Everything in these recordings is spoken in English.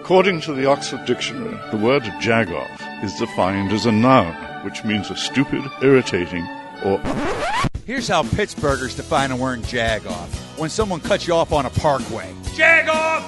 According to the Oxford Dictionary, the word jagoff is defined as a noun, which means a stupid, irritating, or Here's how Pittsburghers define a word jag off when someone cuts you off on a parkway.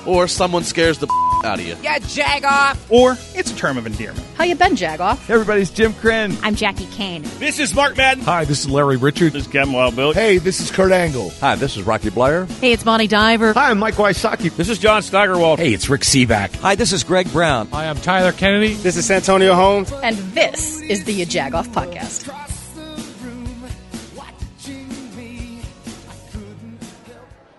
Or someone scares the out of you. Yeah, jag off. Or it's a term of endearment. How you been, Jagoff? Hey everybody, it's Jim Crenn. I'm Jackie Kane. This is Mark Madden. Hi, this is Larry Richard. This is Cam Wild Bill. Hey, this is Kurt Angle. Hi, this is Rocky Blair. Hey, it's Monty Diver. Hi, I'm Mike Wysocki. This is John Steigerwald. Hey, it's Rick Seaback. Hi, this is Greg Brown. Hi, I'm Tyler Kennedy. This is Santonio Holmes. And this is the Jagoff Podcast.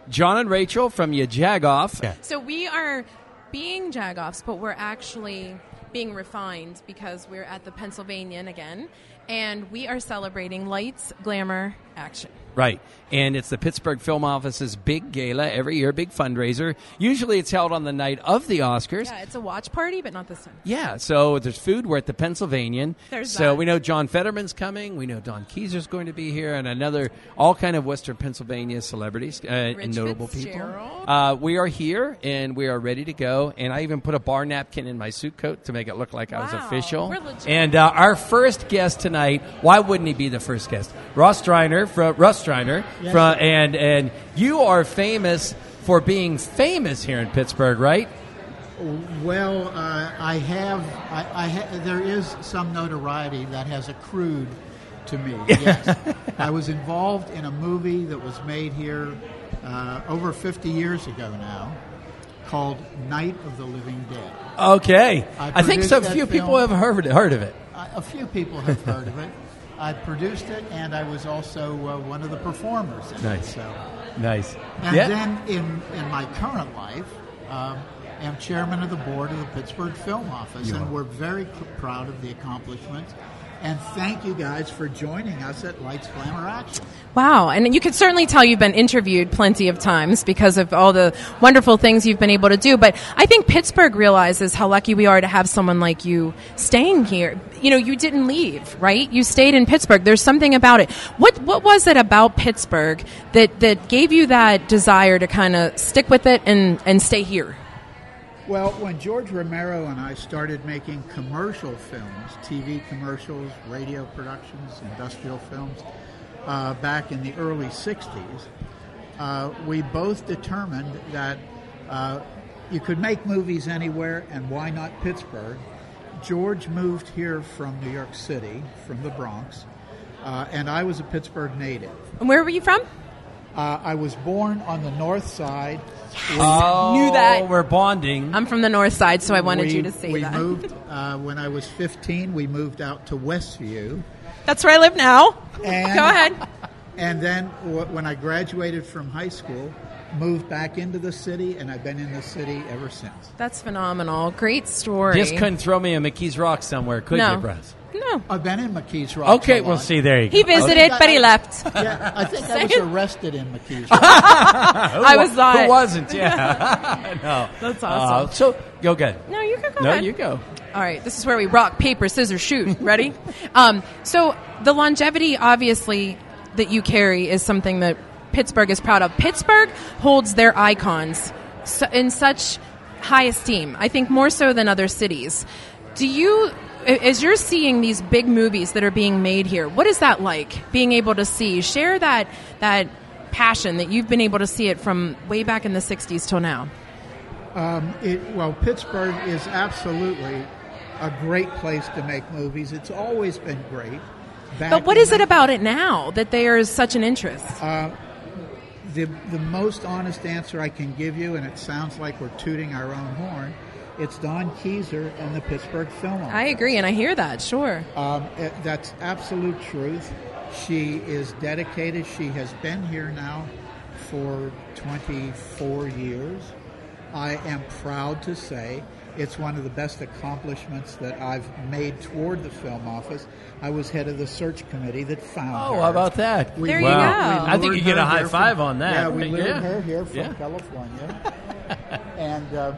John and Rachel from You Jag Off. So we are being jagoffs, but we're actually being refined because we're at the Pennsylvanian again, and we are celebrating lights, glamour, action. Right. And it's the Pittsburgh Film Office's big gala every year, big fundraiser. Usually it's held on the night of the Oscars. Yeah, it's a watch party, but not this time. Yeah, so there's food. We're at the Pennsylvanian. There's so that. we know John Fetterman's coming. We know Don Keezer's going to be here, and another all kind of Western Pennsylvania celebrities uh, and notable people. Fitzgerald. Uh, we are here, and we are ready to go. And I even put a bar napkin in my suit coat to make it look like I was Wow, official. we're legit. And uh, our first guest tonight. Why wouldn't he be the first guest? Ross Striner from Russ Striner from, and and you are famous for being famous here in Pittsburgh, right? Well, uh, I have. I, I ha- there is some notoriety that has accrued to me. Yes, I was involved in a movie that was made here uh, over 50 years ago now, called Night of the Living Dead. Okay, I I, think produced so that few people have film. heard heard of it. I, a few people have heard of it. I produced it, and I was also uh, one of the performers in it. Nice. So. Nice. And yeah. then in, in my current life, um, I'm chairman of the board of the Pittsburgh Film Office, and we're very c- proud of the accomplishments. And thank you guys for joining us at Lights Glamour Action. Wow, and you could certainly tell you've been interviewed plenty of times because of all the wonderful things you've been able to do. But I think Pittsburgh realizes how lucky we are to have someone like you staying here. You know, you didn't leave, right? You stayed in Pittsburgh. There's something about it. What what was it about Pittsburgh that that gave you that desire to kind of stick with it and and stay here? Well, when George Romero and I started making commercial films, TV commercials, radio productions, industrial films, uh, back in the early 60s, uh, we both determined that uh, you could make movies anywhere, and why not Pittsburgh? George moved here from New York City, from the Bronx, uh, and I was a Pittsburgh native. And where were you from? Uh, I was born on the north side. oh, knew that. we're bonding. I'm from the north side, so I wanted We- you to say we that. moved uh, when I was 15. We moved out to Westview, That's where I live now. And- Go ahead. and then w- when I graduated from high school, moved back into the city, and I've been in the city ever since. That's phenomenal. Great story. Just couldn't throw me a McKee's Rock somewhere, could No. you, Russ? No. I've been in McKees Rock. Okay, well, see, there you go. He visited, Okay. but he left. Yeah, I think I was Saying- arrested in McKees Rock. I was not. Who wasn't? Yeah. no. That's Uh, awesome. so, go good. no, you can go No, ahead. you go. All right, this is where we rock, paper, scissors, shoot. Ready? um, so the longevity, obviously, that you carry is something that Pittsburgh is proud of. Pittsburgh holds their icons su- in such high esteem. I think more so than other cities. Do you? a- As you're seeing these big movies that are being made here, what is that like? Being able to see, share that that passion that you've been able to see it from way back in the '60s till now. Um, it, well, Pittsburgh is absolutely a great place to make movies. It's always been great. Back But what in is it the- Uh, about it now that there is such an interest? The, the most honest answer I can give you, and it sounds like we're tooting our own horn, it's Don Keezer and the Pittsburgh Film Office. I agree, and I hear that, sure. Um, eh, that's absolute truth. She is dedicated. She has been here now for 24 years. I am proud to say it's one of the best accomplishments that I've made toward the film office. I was head of the search committee that found Oh, her. how about that? We- There you go. Wow. I think you lured get a her high here from- five on that. Yeah, we lured Yeah. her here from Yeah. California, and uh,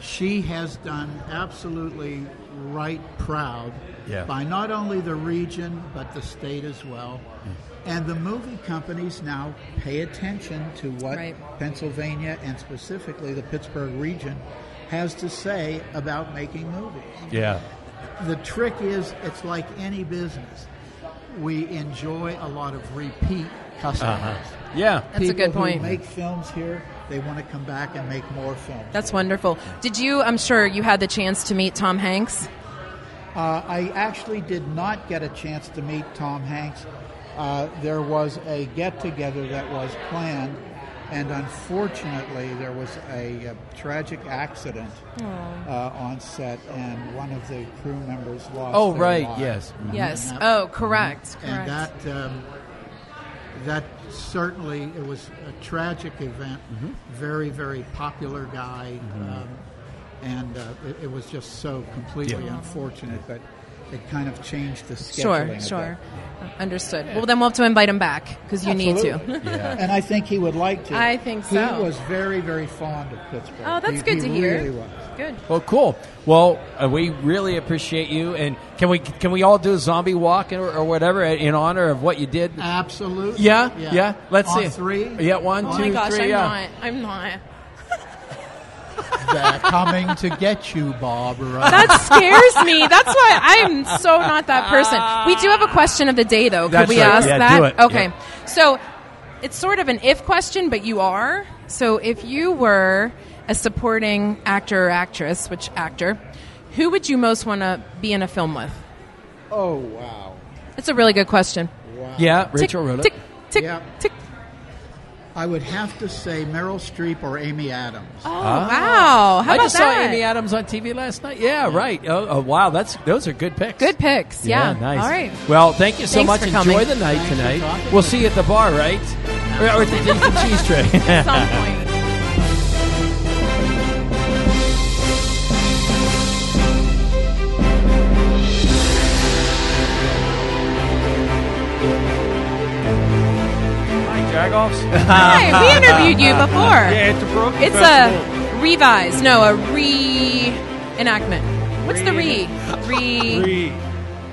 she has done absolutely right proud Yeah. by not only the region but the state as well. Hmm. And the movie companies now pay attention to what Right. Pennsylvania and specifically the Pittsburgh region has to say about making movies. Yeah. The trick is, it's like any business. We enjoy a lot of repeat customers. Uh-huh. Yeah. That's a People good point. Who make films here, they want to come back and make more films. That's wonderful. Did you? I'm sure you had the chance to meet Tom Hanks. Uh, I actually did not get a chance to meet Tom Hanks. Uh, there was a get together that was planned, and unfortunately, there was a, uh tragic accident uh, on set, and one of the crew members lost. Oh, their right, lives. yes. Mhm. Yes. And that- Oh, correct. and Correct. that um, that certainly it was a tragic event. Mm-hmm. Very very popular guy, um, and uh, it, it was just so completely unfortunate that it kind of changed the scheduling. sure. of Sure. Understood. Well, then we'll have to invite him back because you that. need to. Absolutely. and I think he would like to. I think so. He was very very fond of Pittsburgh. Oh, that's He- good he to hear. really was. Good. Well, cool. Well, uh, we really appreciate you, and can we can we all do a zombie walk or, or whatever uh, in honor of what you did? Absolutely. Yeah, yeah. Let's On see. three. Yeah, one, Oh two, my gosh, three, I'm yeah. not. I'm not. They're coming to get you, Barbara. That scares me. That's why I am so not that person. We do have a question of the day, though. Could That's we right. ask Yeah, that? do it. Okay. Yep. So it's sort of an if question, but you are. So if you were a supporting actor or actress, which actor, who would you most want to be in a film with? oh wow. That's a really good question. Yeah, Tick, Rachel wrote it. Tick, tick, Yep. tick. I would have to say Meryl Streep or Amy Adams. Oh, wow. How Ah. I about just that? saw Amy Adams on TV last night. Yeah, right. Oh, oh, wow, that's those are good picks. Good picks. Yeah. nice. All right. Well, thank you so Thanks much. for Enjoy coming. the night Thanks for talking tonight. with We'll see you at the bar, right? Or at the Jason cheese tray. At some point. Hi, we interviewed you before. Yeah, it's a It's a revise. No, a reenactment. What's the re? Re.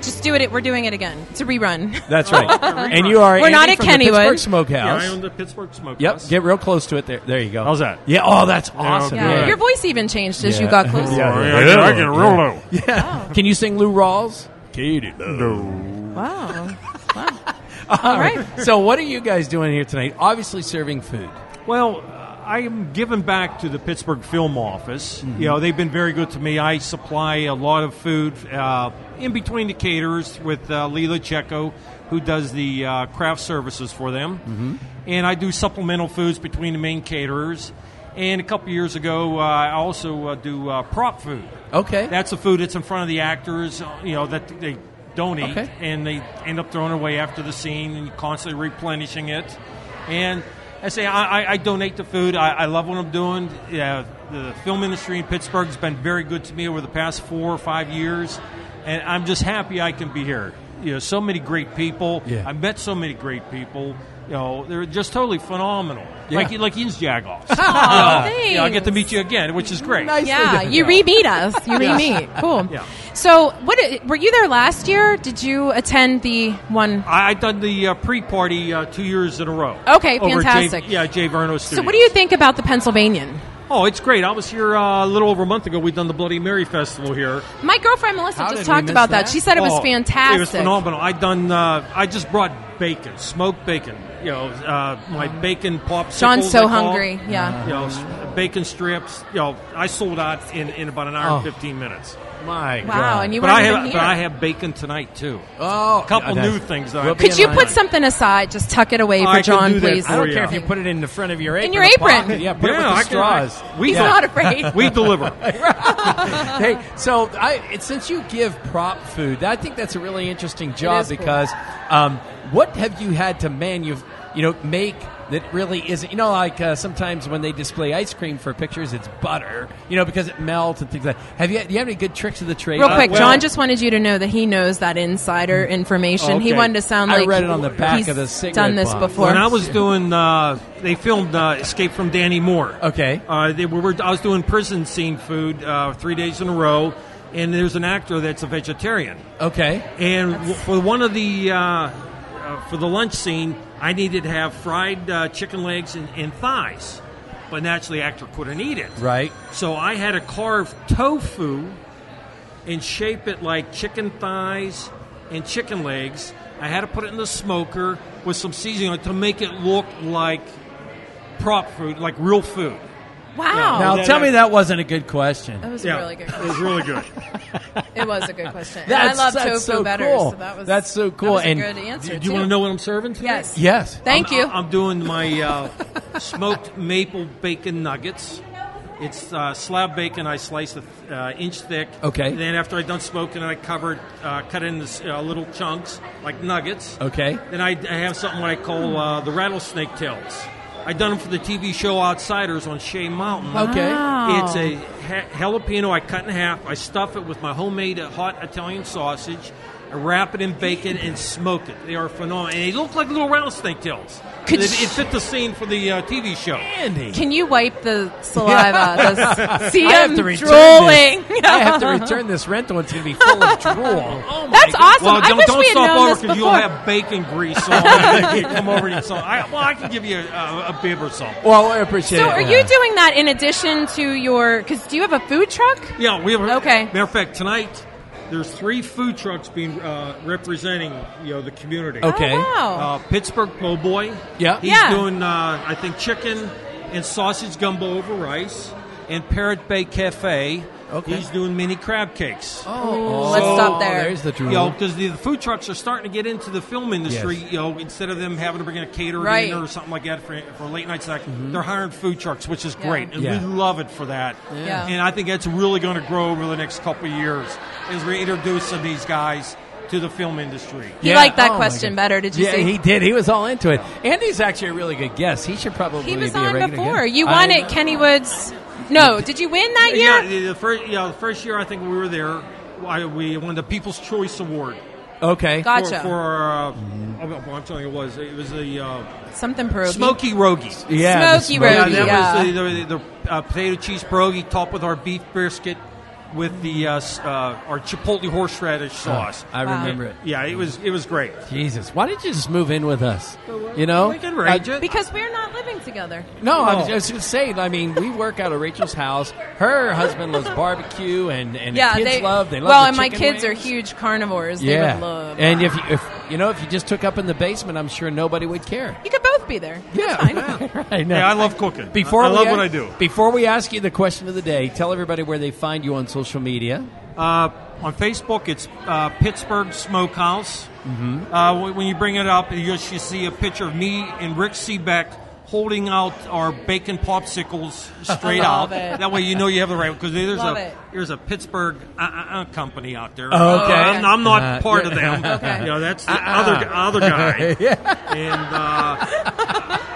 Just do it. We're doing it again. It's a rerun. That's right. and you are We're not Andy at from the Kennywood. Pittsburgh Smokehouse. I own the Pittsburgh Smokehouse. Yep, get real close to it. There, there you go. How's that? Yeah. Oh, that's awesome. Yeah. Your voice even changed as you got closer. Oh, yeah, I, can, I can roll Yeah. out. Can you sing Lou Rawls? Wow. Wow. All right. So, what are you guys doing here tonight? Obviously, serving food. Well, I am giving back to the Pittsburgh Film Office. Mm-hmm. You know, they've been very good to me. I supply a lot of food uh, in between the caterers with uh, Leela Checo, who does the uh, craft services for them. Mm-hmm. And I do supplemental foods between the main caterers. And a couple years ago, uh, I also uh, do uh, prop food. Okay. That's the food that's in front of the actors, uh, you know, that they don't eat, Okay. and they end up throwing it away after the scene and constantly replenishing it. And I say, I, I, I donate the food. I, I love what I'm doing. Yeah, the film industry in Pittsburgh has been very good to me over the past four or five years, and I'm just happy I can be here. You know, so many great people. Yeah. I met so many great people. You know, they're just totally phenomenal. Yeah. Like like Ian's Jagoffs. Aw, yeah, I get to thanks. meet you again, which is great. Nicely Yeah, done. you re-meet us. You re-meet. Cool. Yeah. So, what i- were you there last year? Did you attend the one? I, I done the uh, pre-party uh, two years in a row. Okay, Over at fantastic. Jay, yeah, Jay Verno So, Studio. what do you think about the Pennsylvanian? Oh, it's great. I was here uh, a little over a month ago. We done the Bloody Mary Festival here. My girlfriend Melissa How just did we talked miss about that. that? She said it was Oh, fantastic. It was phenomenal. I done. Uh, I just brought bacon, smoked bacon. You know, uh, my bacon popsicles. Sean's so I call 'em. hungry, yeah. You know, s- bacon strips. You know, I sold out in, in about an hour Oh. and fifteen minutes. My Wow, God. and you but I weren't even have, here. but I have bacon tonight too. Oh, A couple yeah, new that's- things that I- We'll be Could you in put line. something aside? Just tuck it away Oh, I for can John, do that please. for Oh, I don't you. care if you put it in the front of your apron. In your or apron. pocket. Yeah, put it Yeah, with I the can- straws. we He's yeah. not afraid. We deliver. hey, so I it, since you give prop food, I think that's a really interesting job is cool. because um, what have you had to man you you know make that really isn't you know like uh, sometimes when they display ice cream for pictures, it's butter you know because it melts and things like. that. Have you do you have any good tricks of the trade? Uh, Real quick, well- John just wanted you to know that he knows that insider information. He Okay. wanted to sound Hmm. I like read it on the back he's of the cigarette done this box. before. When I was doing, uh, they filmed uh, Escape from Danny Moore. Okay. Uh, they were, I was doing prison scene food uh, three days in a row, and there's an actor that's a vegetarian. okay. And w- for one of the uh, uh, for the lunch scene, I needed to have fried uh, chicken legs and, and thighs. but naturally, the actor couldn't eat it. Right. So I had to carve tofu and shape it like chicken thighs and chicken legs. I had to put it in the smoker with some seasoning on it to make it look like prop food, like real food. Wow. Now, that- tell me that- that wasn't a good question. that was a really good It was question. really good. It was a good question. And That's- I love that's tofu so better, cool. so that was That's so that cool. was a And good answer. Do, too. you want to know what I'm serving today? Yes. yes. Thank I'm- you. I'm doing my uh, smoked maple bacon nuggets. It's uh, slab bacon. I slice it uh, inch thick. Okay. then after I done smoking, I covered, uh, cut it into uh, little chunks like nuggets. Okay. Then I, I have something what I call uh, the rattlesnake tails. I done them for the TV show Outsiders on Shea Mountain. Okay. Wow. It's a ha- jalapeno I cut in half. I stuff it with my homemade uh, hot Italian sausage. I wrap it in bacon and smoke it. They are phenomenal. And they look like little rattlesnake tails. Could it, you- it fit the scene for the uh, TV show. Andy. Can you wipe the saliva? The s- See, I have I'm to return drooling. this. I have to return this rental. It's going to be full of drool. Oh my That's awesome. Well, I don't, wish don't we had stop known over this you'll before. have bacon grease all over. you come over to so I, Well, I can give you a, a, a bib or something. Well, I appreciate So, it. are yeah. you doing that in addition to your? Because do you have a food truck? Yeah, we have. a- Okay. Matter of fact, tonight there's three food trucks being uh, representing you know the community. Okay. Oh, wow. Uh, Pittsburgh Po' Boy. Yeah. He's Yeah. doing, uh, I think, chicken and sausage gumbo over rice. And Parrot Bay Cafe. Okay. He's doing mini crab cakes. Oh. Let's stop there. There's the drool. You know, because the, the food trucks are starting to get into the film industry. Yes. You know, instead of them having to bring in a caterer Right. or something like that for, for late night snack, they're hiring food trucks, which is Yeah. great, and Mm-hmm. Yeah. we love it for that. Yeah. And I think that's really going to grow over the next couple of years as we're introducing these guys to the film industry. He Yeah. liked that Oh, my question God. better. Did you yeah, see? he did. He was all into it. Andy's actually a really good guest. He should probably He was be a on regular before. guest. You won I- it, Kenny Woods. No, did you win that year? the, the first, yeah, the first year I think we were there, I, we won the People's Choice Award Okay. God- for, Gotcha. for uh, oh, well, I'm telling you, it was it was the uh, Something pierogi. Smoky Rogie. Yeah. the Smokey smoke. Yeah, Road. that Yeah. was the, the, the uh, potato cheese pierogi topped with our beef brisket with the uh, s- uh, our chipotle horseradish sauce. I remember it. yeah, it was it was great. Jesus, why didn't you just move in with us? You know, we can arrange it. Because we're not living together. No, I Oh. was just going to say. I mean, we work out of Rachel's house. Her husband loves barbecue, and and yeah, the kids they love. They love. Well, the and my chicken kids are wings. huge carnivores. They Yeah, would love. and if you, if you know if you just took up in the basement, I'm sure nobody would care. you could both be there. Yeah, That's fine. I know. Yeah, I love cooking. Before I we love a- what I do. Before we ask you the question of the day, tell everybody where they find you on social media. Uh, on Facebook, it's uh, Pittsburgh Smokehouse. Uh, when- when you bring it up, you should see a picture of me and Rick Seebeck holding out our bacon popsicles straight I love out. it. That way, you know you have the right because there's Love a it. there's a Pittsburgh uh, uh, uh, company out there. Oh, okay. I'm, I'm not Uh, part of yeah. Uh-uh. them. Okay. You know, that's the other other guy. And uh,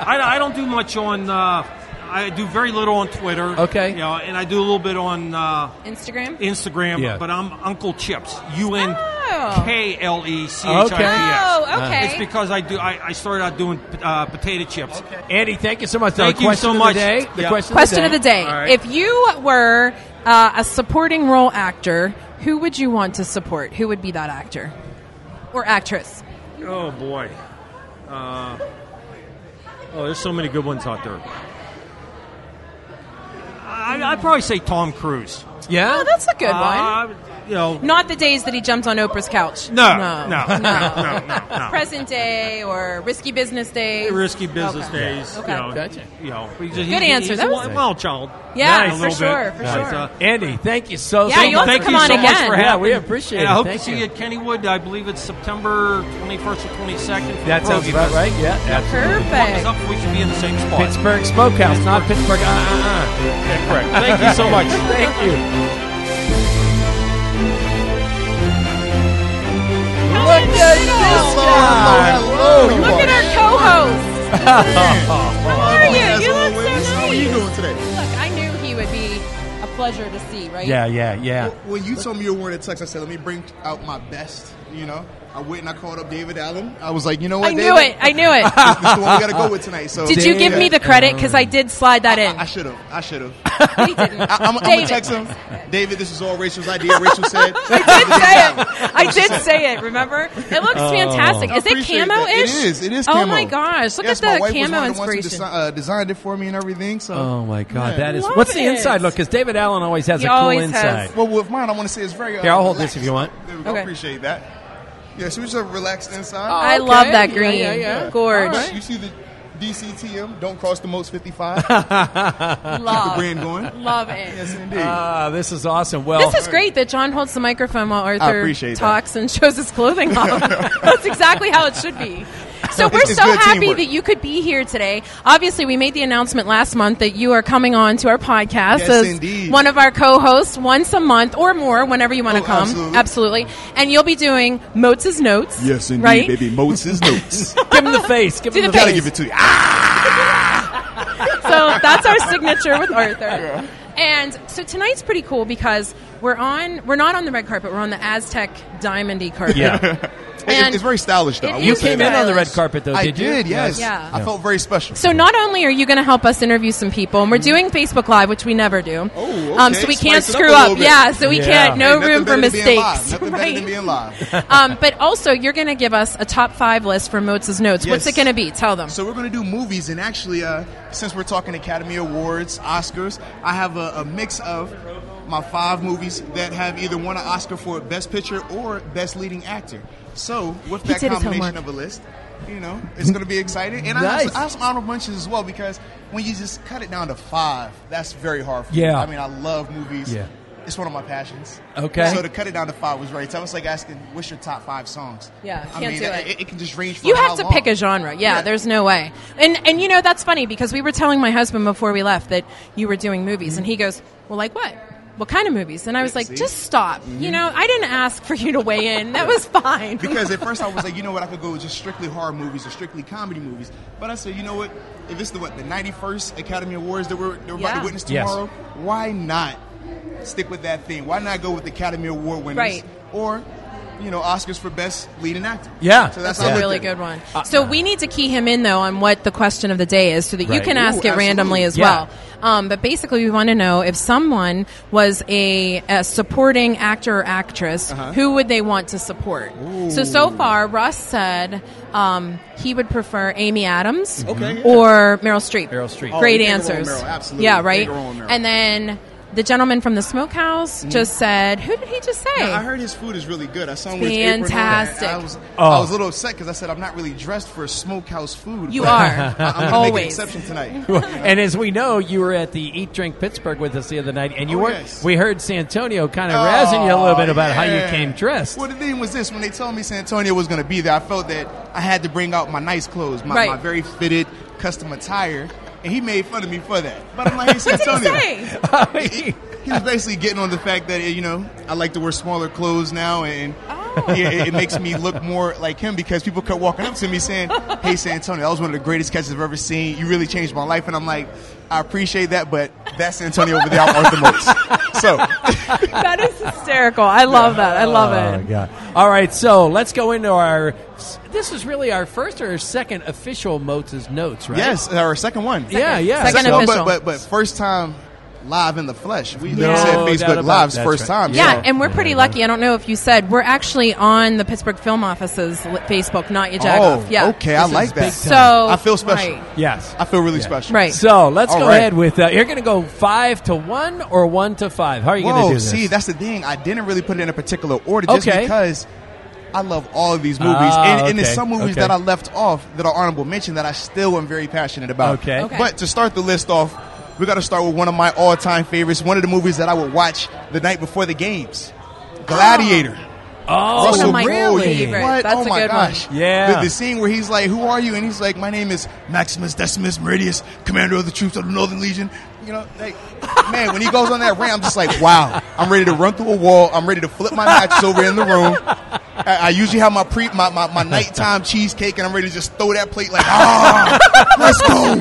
I, I don't do much on. Uh, I do very little on Twitter. Okay. You know, and I do a little bit on. Uh, Instagram. Instagram, Yeah. but I'm Uncle Chips. U N K L E C H I P S. oh, okay. It's because I do. I, I started out doing uh, potato chips. Andy, thank you so much. Now, Thank the you question so of much. The, day, the Yeah. question, Question of the day: All right. If you were uh, a supporting role actor, who would you want to support? Who would be that actor or actress? Oh boy. Uh, oh, there's so many good ones out there. I, I'd probably say Tom Cruise. Yeah. Oh, that's a good one. Uh, you know, Not the days that he jumped on Oprah's couch. no, no, no, no, no, no, no. Present day or risky business days. Risky business Okay. days. Okay. You know, Gotcha. You know, good answer. He's That a was- wild, wild child. Yeah, A for little sure, bit. for But, sure. uh, Andy, thank you so. Yeah, so you'll have to much. come on thank you so again. much for having. Yeah, we appreciate and it. I hope Thank to see you at Kennywood. I believe it's September 21st or 22nd. That sounds about right. Yeah, absolutely. Perfect. Perfect. we should be in the same spot. Pittsburgh Smokehouse, not Pittsburgh. Uh, uh, uh. correct. Thank you so much. Thank you. Look at this guy. Hello, you Look are- at our co-host. How are you? You look so nice. How are you doing today? Look, I knew he would be a pleasure to see, right? Yeah, yeah, yeah. When you told me you were wearing a tux, I said, let me bring out my best, you know? I went and I called up David Allen. I was like, you know what? I knew David? it. I knew it. This is the one we got to go with tonight. So Did you give me the credit? Because I did slide that I in. should have. I should have. We didn't. I'm, I'm gonna David. text him. David, this is all Rachel's idea. Rachel said. I did say it. I did say it. Remember, it looks Oh. fantastic. Is it Appreciate camo ish? that. It is. It is. Oh camo. my gosh! Look at yes, the my wife was camo one of the ones who inspiration. desi- uh, designed it for me and everything. So, Oh my God, that is Love what's the it. inside look? Because David Allen always has He a cool always inside. has. well, with mine, I want to say it's very. Uh, Here, I'll hold this if you want. relaxed. There we go. Okay. Appreciate that. Yeah, so we just have relaxed inside. I Okay. love that Yeah, green. yeah, yeah. Gorge. Alright, You see the DCTM, don't cross the most 55. Keep the Love. brand going. Love it. Uh, Yes, indeed. Ah, this is awesome. Well, This is great that John holds the microphone while Arthur appreciate that. talks and shows his clothing off. That's exactly how it should be. So we're It's- it's so good happy teamwork. that you could be here today. Obviously, we made the announcement last month that you are coming on to our podcast Yes, as indeed. one of our co-hosts once a month or more, whenever you want to Oh, come. absolutely. And you'll be doing Moats' notes. yes, indeed, Right? baby. Moses notes. give him the face. Give Do him the, the Gotta face. give it to you. Ah, so that's our signature with Arthur. And so tonight's pretty cool because we're on we're not on the red carpet, we're on the Aztec diamondy carpet. Yeah, Hey, And it's very stylish, though. it I is will you say came that. in on the stylish. red carpet though. I did you? did, yes. Yeah. I felt very special. So not only are you going to help us interview some people, and we're doing Facebook Live, which we never do. Oh, um, okay. so we can't Spice it up screw a up. little bit. Yeah, so we Yeah. can't. No Ain't nothing room for better than being live. mistakes. Nothing better Right. than being live. um, but also, you're going to give us a top five list for Moats' notes. What's Yes. it going to be? Tell them. So we're going to do movies, and actually, uh, since we're talking Academy Awards, Oscars, I have a, a mix of my five movies that have either won an Oscar for Best Picture or Best Leading Actor. So with He that did his combination homework. of a list, you know, it's going to be exciting. And I, have, Nice. I have some honorable mentions as well because when you just cut it down to five, that's very hard. for me. Yeah. I mean, I love movies. Yeah. It's one of my passions. Okay. So to cut it down to five was right. So I was like asking, what's your top five songs? Yeah, I can't mean, do it, it. it can just range from You how have to long. pick a genre. Yeah, Yeah. there's no way. And and you know that's funny because we were telling my husband before we left that you were doing movies, and he goes, "Well, like what? What kind of movies?" And I was like, see? Mm-hmm. "Just stop. You know, I didn't ask for you to weigh in. That was fine." Because at first I was like, you know what, I could go with just strictly horror movies or strictly comedy movies. But I said, you know what, if it's the what the 91st Academy Awards that we're, that we're about Yeah. to witness Yes. tomorrow, why not stick with that theme? Why not go with the Academy Award winners Right. or you know Oscars for best leading actor? Yeah. Uh, so That's that's, a really good one. so we need to key him in though on what the question of the day is, so that you Right. can Ooh, ask it absolutely. randomly as Yeah. well. Um, but basically, we want to know if someone was a, a supporting actor or actress, Uh-huh. who would they want to support? So so far, Russ said um, he would prefer Amy Adams Mm-hmm. Okay, or Meryl Streep. Meryl Streep. Oh, Great big role answers. Meryl, absolutely. Yeah, Big right. role Meryl. Mm-hmm. And then the gentleman from the smokehouse mm-hmm. just said, "Who did he just say?" I heard his food is really good. I saw him with his apron on, and Fantastic. I was, I Oh. was a little upset because I said I'm not really dressed for smokehouse food. You but are. I- I'm gonna make an Always. exception tonight. and as we know, you were at the Eat Drink Pittsburgh with us the other night, and you Oh, were. yes. Oh, We heard Santonio kind of razzing you a little bit about how you yeah. came dressed. Well, the thing was this: when they told me San Antonio was going to be there, I felt that I had to bring out my nice clothes, my, Right. my very fitted custom attire, and he made fun of me for that. But I'm like, hey, San Antonio. Say. He, he was basically getting on the fact that you know I like to wear smaller clothes now, and Oh. yeah, it, it makes me look more like him because people kept walking up to me saying, "Hey, San Antonio, that was one of the greatest catches I've ever seen. You really changed my life." And I'm like, I appreciate that, but that's San Antonio over there. I want the most. So that is hysterical. I love that. I love Oh, it. God. All right, so let's go into our. This is really our first or second official Moats' notes, right? yes, our second one. Yeah, yeah. Second Well, official. But, but but first time live in the flesh. We No said doubt Facebook about Live's that. first That's right. time. Yeah, so- and we're pretty lucky. I don't know if you said we're actually on the Pittsburgh Film Office's li- Facebook, not your oh, Jagoff. yeah. okay. I like that. So I feel special. right. Yes. I feel really special. Right. So let's All go right. ahead with. Uh, you're going to go five to one or one to five. How are you going to Whoa, do this? see, that's the thing. I didn't really put it in a particular order just Okay. because I love all of these movies. Ah, and, and there's okay, some movies okay. that I left off that are honorable mention that I still am very passionate about. Okay. Okay. But to start the list off, we got to start with one of my all time favorites, one of the movies that I would watch the night before the games Gladiator. That's oh, one Russell of my Crowe, really? dude. favorites. What? That's oh a my good one. gosh. Yeah. The, the scene where he's like, "Who are you?" and he's like, "My name is Maximus Decimus Meridius, commander of the troops of the Northern Legion." You know, like, man, when he goes on that rant, I'm just like, "Wow, I'm ready to run through a wall. I'm ready to flip my mattress over in the room." I, I usually have my pre my, my, my nighttime cheesecake, and I'm ready to just throw that plate like, "Ah, let's go." I'm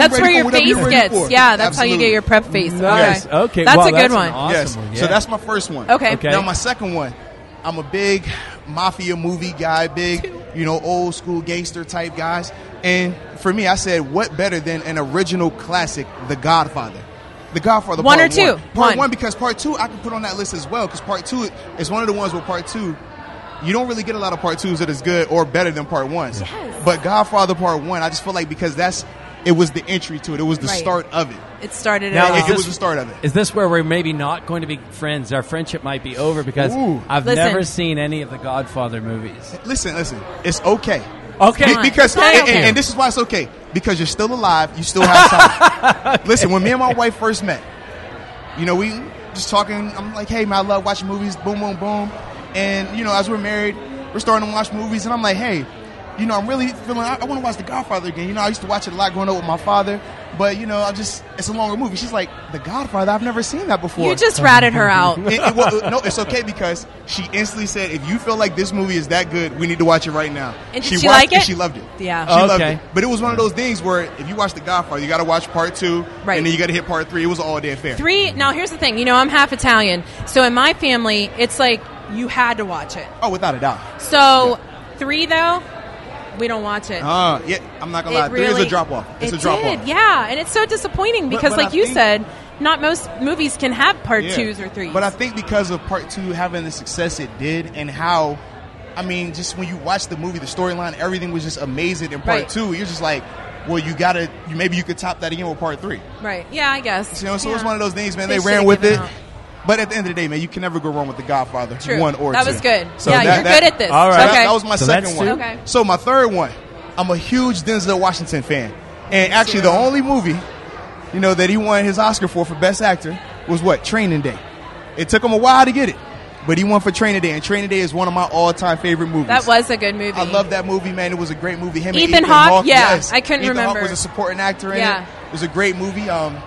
That's where ready for your whatever face you're ready gets. for. Yeah, that's how you get Absolutely. your prep face. Nice. Okay, That's wow, a good that's an one. awesome Yes. one, So yeah. that's my first one. Okay. Okay. Now my second one I'm a big mafia movie guy, big, you know, old school gangster type guys. And for me, I said, what better than an original classic, The Godfather? The Godfather One part or two? One. Part One. one because part two I can put on that list as well because part two is one of the ones where part two you don't really get a lot of part twos that is good or better than part ones. But Godfather Part One, I just feel like because that's it was the entry to it, it was the Right. start of it. It started Now, it is all. it was the start of it. Is this where we're maybe not going to be friends? Our friendship might be over because Ooh. I've Listen. never seen any of the Godfather movies. Listen, listen, it's okay. Okay. Be- because Thank and, and- you. and this is why it's okay because you're still alive. You still have time. Listen, when me and my wife first met, you know, we just talking. I'm like, hey, man, I love watching movies. Boom, boom, boom. And you know, as we're married, we're starting to watch movies, and I'm like, hey, you know, I'm really feeling. I, I want to watch The Godfather again. You know, I used to watch it a lot growing up with my father, but you know, I just it's a longer movie. She's like, The Godfather. I've never seen that before. You just ratted her out. It- it wa- no, it's okay because she instantly said, "If you feel like this movie is that good, we need to watch it right now." And did she watched like and it? she loved it. Yeah. she loved Okay. it. But it was one of those things where if you watch The Godfather, you got to watch part two, Right. And then you got to hit part three. It was an all day affair. Three. Now here's the thing. You know, I'm half Italian, so in my family, it's like you had to watch it. Oh, without a doubt. So three though, we don't watch it. Uh, yeah, I'm not gonna lie. it really, three is a drop off. It's it a drop did, off. yeah, and it's so disappointing But- because, but like I you think- said, not most movies can have part Yeah. twos or threes. But I think because of part two having the success it did, and how, I mean, just when you watch the movie, the storyline, everything was just amazing. In part Right. two, you're just like, well, you gotta, you, maybe you could top that again with part three. right? Yeah, I guess. You know, so yeah. it's one of those things, man. They They, should've ran with given it. out. But at the end of the day, man, you can never go wrong with The Godfather. True. One or that two. was good. So yeah, that- you're that- good at this. All right. so Okay. that, that was my So second that's one. two. Okay. So my third one, I'm a huge Denzel Washington fan. And actually, the only movie, you know, that he won his Oscar for for Best Actor was what? Training Day. It took him a while to get it, but he won for Training Day. And Training Day is one of my all time favorite movies. that was a good movie. I love that movie, man. It was a great movie. Him and Ethan Ethan Hawke? Hawke, Yeah, yes. I couldn't Ethan Hawke remember. was a supporting actor in Yeah. it. It was a great movie. Um,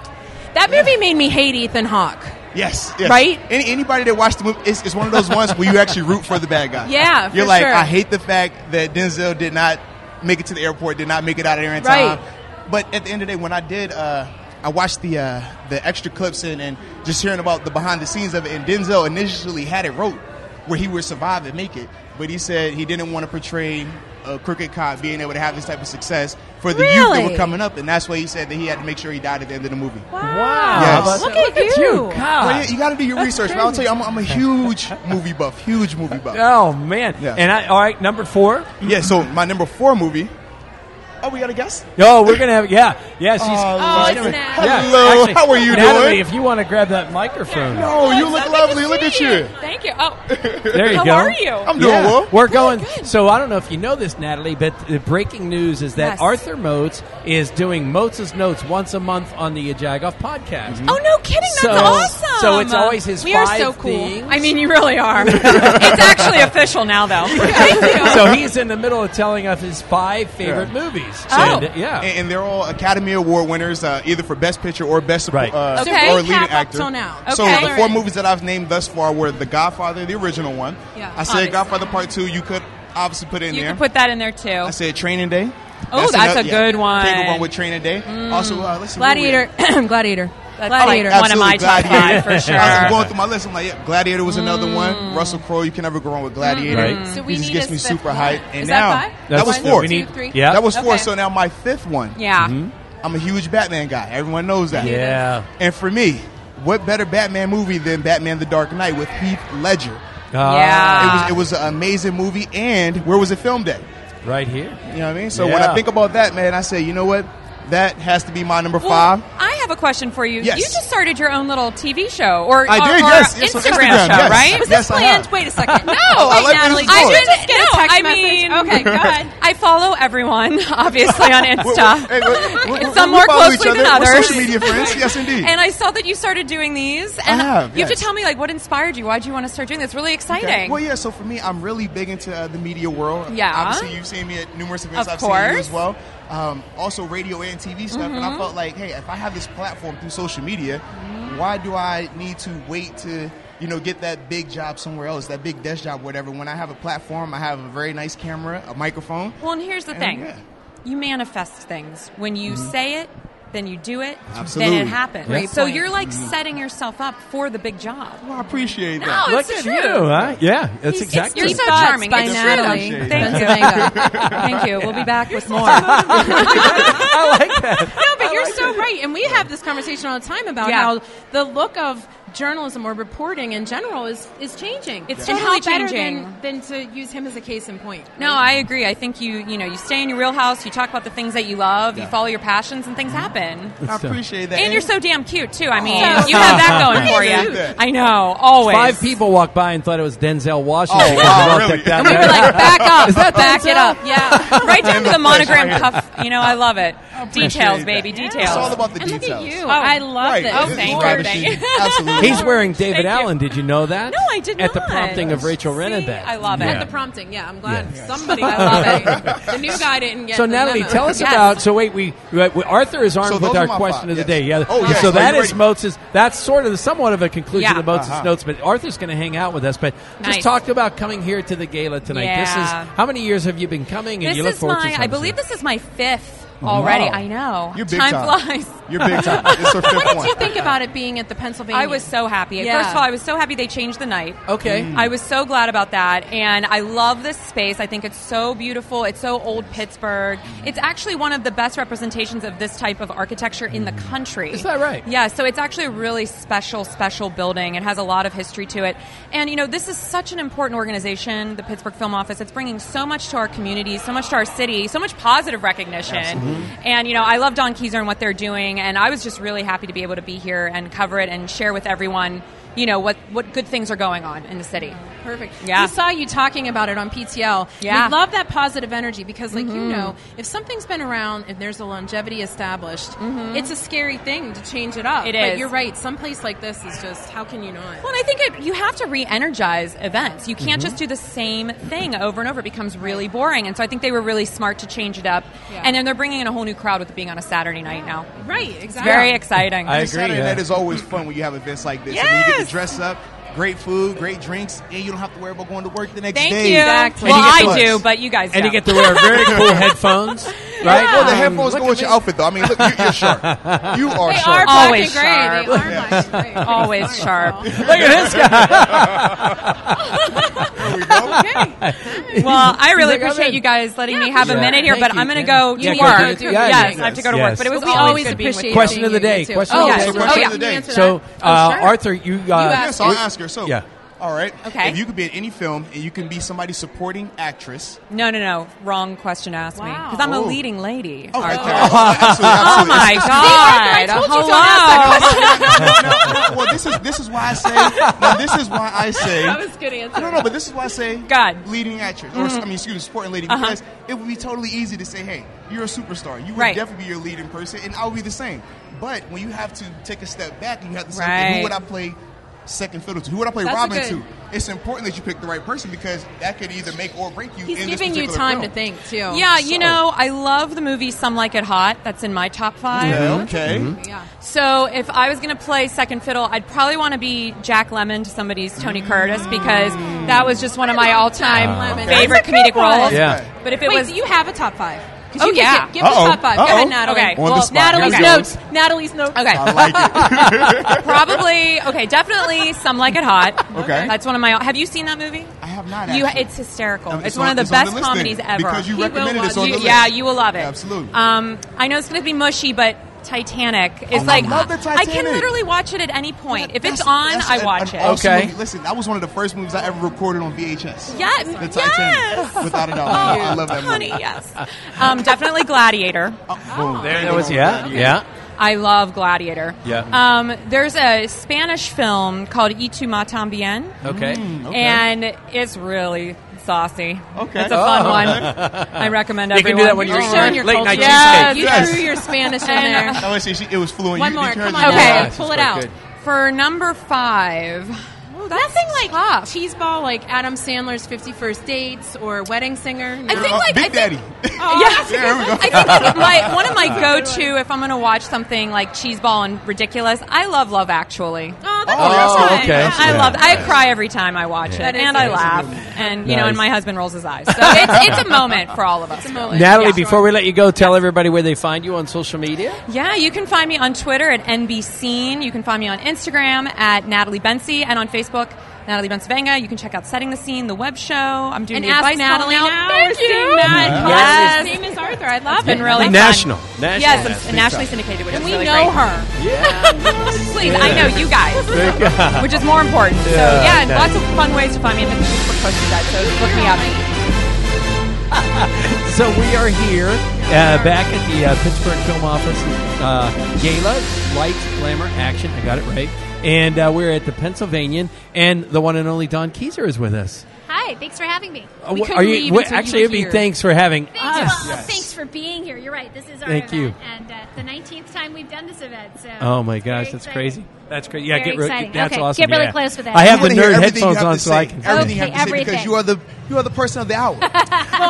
That movie made me hate Ethan Hawke. Yes, yes. Right? Any, anybody that watched the movie, it's, it's one of those ones where you actually root for the bad guy. Yeah, you're for like, sure. I hate the fact that Denzel did not make it to the airport, did not make it out of there in time. Right. But at the end of the day, when I did, uh, I watched the uh, the extra clips and, and just hearing about the behind the scenes of it. And Denzel initially had it wrote where he would survive and make it, but he said he didn't want to portray a crooked cop being able to have this type of success for the youth that Really? were coming up, and that's why he said that he had to make sure he died at the end of the movie. Wow. Yes. Look, at, Look at you. you. God. Well, yeah, you got to do your That's research. But I'll tell crazy. you, I'm, I'm a huge movie buff. Huge movie buff. Oh man. Yeah. And I, all right, number four. Yeah. So my number four movie. Oh, we got to guess. Oh, we're gonna have yeah, yeah. She's Oh, she's it's gonna- Natalie. yeah, Hello, how are you Natalie, doing? If you want to grab that microphone, Oh, you It's look so good lovely. to Look see at you. Thank you. Oh, there you how go. are you? I'm doing Yeah, well. We're going. So I don't know if you know this, Natalie, but the breaking news is that Yes. Arthur Moats is doing Moats' notes once a month on the Jagoff podcast. Oh no, kidding! That's So- awesome. so it's always his We are five so cool. things. I mean, you really are. it's actually official now, though. Thank you. So he's in the middle of telling us his five favorite movies. Oh. And, uh, yeah. And, and they're all Academy Award winners, uh, either for Best Picture or Best Support Right. uh, So Okay. or Leading recap up Actor. till now. So Okay. the four movies that I've named thus far were The Godfather, the original one. Yeah, I said obviously. Godfather Part Two. You could obviously put it in You there. can put that in there too. I said Training Day. Oh, that's a another- good one. Take one with Training Day. Also, uh, let's see, where we Gladiator. Gladiator. Gladiator. Gladiator. One of my top Gladiator. five for sure. Mm. I was going through my list. I'm like, yeah, Gladiator was another one. Russell Crowe, you can never go wrong with Gladiator. Right. So we he just need gets a me fifth super one. hyped. And Is that now five? that That's- was One, four. We need, two, three. Yeah. That was four. Okay. Mm-hmm. So now my fifth one. Mm-hmm. Yeah. I'm a huge Batman guy. Everyone knows that. yeah. And for me, what better Batman movie than Batman: The Dark Knight with Heath Ledger? Ah. Uh, Yeah. it was it was an amazing movie. And where was it filmed at? Right here. You know what I mean? So when I Yeah. think about that, man, I say, you know what? That has to be my number Well, five. I have a question for you. Yes. You just started your own little TV show or, I or- did, or yes, yes, on Instagram, Instagram, show, yes. uh-huh. right? Was this Yes, I planned? have. Wait a second. No, I like where Natalie. this is I going. did just get No, a text I message. mean- okay, God. I follow everyone obviously on We're- Insta. we're- hey, we're- we're- Some we more follow each closely other. than We're others. social media friends, yes, indeed. And I saw that you started doing these, and have, you have yes. to tell me like what inspired you. Why'd you want to start doing this? Really exciting. Okay. Well, yeah. So for me, I'm really big into uh, the media world. Yeah. Obviously, you've seen me at numerous events. Of I've seen you course. Mm-hmm. as well. Um, also, radio and TV stuff. And I felt like, hey, if I have this platform through social media, why do I need to wait to you know get that big job somewhere else, that big desk job, whatever? When I have a platform, I have a very nice camera, a microphone. Well, and here's the And, thing. yeah. You manifest things. When you say it, then you do it, Mm-hmm. Absolutely. then it happens. Great So point. you're like Mhm. setting yourself up for the big job. Well, I appreciate no, that. It's Look the at truth. you, huh? Yeah, that's He's- exactly. You're so Thoughts charming. by It's Natalie. true. Thank you. Pennsylvania. Thank you. We'll be back with more. No, but you're so right. And we have this conversation all the time about Yeah. how the look of journalism or reporting in general is, is changing. It's And how totally better changing. Than, than to use him as a case in point. No, I agree. I think you you know you stay in your real house. You talk about the things that you love. Yeah. You follow your passions, and things happen. I appreciate that. And you're so damn cute too. I mean, Aw. you have that going for Appreciate you. that. I know, always. Five people walked by and thought it was Denzel Washington. Oh, wow, Well, really? check that And we were out. like, back up, Is that back it Denzel? up. Yeah, right down to the monogram Right. cuff. You know, I love it. appreciate Details, that. baby, Yeah. details. It's all about the and details. Look at you. Oh, I love right. this. Oh, This is thank Laura you. Thank you. He's wearing David Allen. Did you know that? No, I did At the not. prompting of Rachel Rennebeck. I love it. Yeah. At the prompting, yeah. I'm glad somebody. I love it. The new guy didn't get. So the Natalie, memo. tell us Yes. about. So wait, we, we we- Arthur is So armed those with are our my five, question of the yes. day. Yeah. Oh, yes. So Are that you is Motz's. That's sort of somewhat of a conclusion Yeah. of Motz's Uh-huh. notes. But Arthur's going to hang out with us. But just Nice. talked about coming here to the gala tonight. This Yeah. is how many years have you been coming? And This you look is forward to my. something. I believe this is my fifth Wow. already. I know. You're big time time. flies. You're big time. It's her fifth What did one. you think about it being at the Pennsylvania? I was so happy. Yeah. First of all, I was so happy they changed the night. Okay. Mm. I was so glad about that. And I love this space. I think it's so beautiful. It's so old Pittsburgh. It's actually one of the best representations of this type of architecture in the country. Is that right? Yeah. So it's actually a really special, special building. It has a lot of history to it. And, you know, this is such an important organization, the Pittsburgh Film Office. It's bringing so much to our community, so much to our city, so much positive recognition. Absolutely. And you know, I love Don Keyser and what they're doing, and I was just really happy to be able to be here and cover it and share with everyone, you know, what what good things are going on in the city. Perfect. Yeah. We saw you talking about it on PTL. Yeah. We love that positive energy because, like you Mhm. know, if something's been around, if there's a longevity established, it's a scary thing to change Mm-hmm. it up. It But is. you're right. Some place like this is just how can you not? Well, and I think it, you have to re-energize events. You can't Mm-hmm. just do the same thing over and over. It becomes really boring. And so I think they were really smart to change it up. Yeah. And then they're bringing in a whole new crowd with it being on a Saturday night now. Right. It's Exactly. very exciting. And Saturday night is always fun when you have events like this. And when you get to dress up, great food, great drinks, and you don't have to worry about going to work the next Thank day. you. Exactly. And Well, you get I to- do, but you guys And you get don't. to wear very cool headphones, right? Well, the headphones go with your outfit, though. I mean, look, you're, you're sharp. You are They sharp. are black Always and gray. sharp. They are black and gray. Always sharp. Look at this guy. there we go. Well, I really He's like, I'm appreciate in. you guys letting me Yeah, have a sure. minute here, Thank but you. I'm going to Yeah. go to Yeah, work. go do it. Yeah, yeah, yes, yeah. I have to go to Yes. work, but it was But we always always good being with appreciate you. Question of the day. Question oh, of yes. the day. Oh, yeah. of the day. So, uh, Arthur, you. Uh, yes, I'll ask her. So, yeah. all right. Okay. If you could be in any film and you can be somebody supporting actress. No, no, no. Wrong question to ask me. Because I'm a Oh. leading lady. Oh, Arthur. okay. Oh, absolutely, Oh, absolutely. my See, God. Arthur, I told you Hello. don't ask No, well, this is this is why I say. Now, this is why I say. That was a good answer. No, no, but this is why I say God. leading actress, or I mean, excuse me, supporting lady, Uh-huh. because it would be totally easy to say, hey, you're a superstar. You would Right. definitely be your leading person, and I'll be the same. But when you have to take a step back and you have to say, Right. who would I play second fiddle to? Who would I play That's a Robin good- to? It's important that you pick the right person because that could either make or break you. He's in this giving you particular time film. to think too. Yeah, you know, I love the movie Some Like It Hot. That's in my top five. okay. Mm-hmm. So if I was going to play second fiddle, I'd probably want to be Jack Lemmon to somebody's Tony Curtis because that was just one of my all-time Lemon. favorite That's a good comedic one. roles. Yeah. But if it Wait, was, do you have a top five? 'Cause Oh, you yeah. Give, give us Uh-oh. top five. Go Uh-oh. ahead, Natalie. Okay. On the Well, spot. Natalie's Here we go. notes. Natalie's notes. Okay. I like it. Probably. Okay. Definitely. Some like it hot. Okay. That's one of my. Have you seen that movie? I have not. You, actually. it's hysterical. Um, It's, it's one on- of the it's on the best list then, comedies ever. because you He will recommended love it's on it. the You- Yeah, list. you will love it. Absolutely. Um, I know it's going to be mushy, but Titanic Oh, is I like love the I can Titanic. literally watch it at any point. if it's That's- on, that's I an- watch an it. awesome movie. Listen, that was one of the first movies I ever recorded on VHS. Yeah, The Titanic. yes. Without a doubt. Oh, I love that honey, movie. yes. Um, definitely Gladiator. There that was, yeah. Yeah. I love Gladiator. Yeah. Um, there's a Spanish film called Y tu matan bien. Okay. Mm, okay. And it's really saucy. Okay. It's a fun Oh. one. I recommend You everyone. can do that when you're eating your late night Yes. cheesecake. Yes. Spanish And- No, let's see, she- it was fluent. One You- more. you heard Come the- on. Yeah, Okay. it's Pull it pretty out. good. For number five. Nothing like cheese ball, like Adam Sandler's Fifty First Dates or Wedding Singer. No. I think like I think, Oh, yeah, I think like, my one of my go-to if I'm going to watch something like cheeseball and ridiculous. I love Love Actually. Oh, Oh, that's Oh, a good one. okay. I Yeah. love. I cry every time I watch Yeah. it, That and is- that I is a laugh, good and you know, and Nice. my husband rolls his eyes. So it's, it's a moment for all of us. really. Natalie, Yeah. before we let you go, tell everybody where they find you on social media. Yeah, you can find me on Twitter at NBScene. You can find me on Instagram at Natalie Bensi and on Facebook, Natalie Bensavanga. You can check out Setting the Scene, the web show. I'm doing And the ask advice Natalie column now. now. We're Thank you. seeing that. Yes. His name is Arthur. I love Been it. really fun. National. National. Yes, I'm s- nationally syndicated, which And is we really know great. her. Please, I know you guys, which is more important. So Yeah, yeah, nice. lots of fun ways to find me in the Facebook post you guys. So look me up. So we are here uh, back at the uh, Pittsburgh Film Office uh, Gala, Lights, Glamour, Action. I got it right. And uh, we're at the Pennsylvanian, and the one and only Don Keyser is with us. Hi, thanks for having me. Uh, We wh- couldn't are you leave wh- until you actually? were it'd be here. thanks for having Thanks, us. well, thanks for being here. You're right. This is our Thank event, you. and uh, the 19th time we've done this event. So Oh my it's gosh, very that's exciting. crazy. That's crazy. Yeah, Very get real- exciting. that's Okay, awesome. get really yeah. close with that. I I have the wanna hear nerd everything you headphones have on, to so say. I can. Everything you Okay, have to say because everything. you are the you are the person of the hour. Well,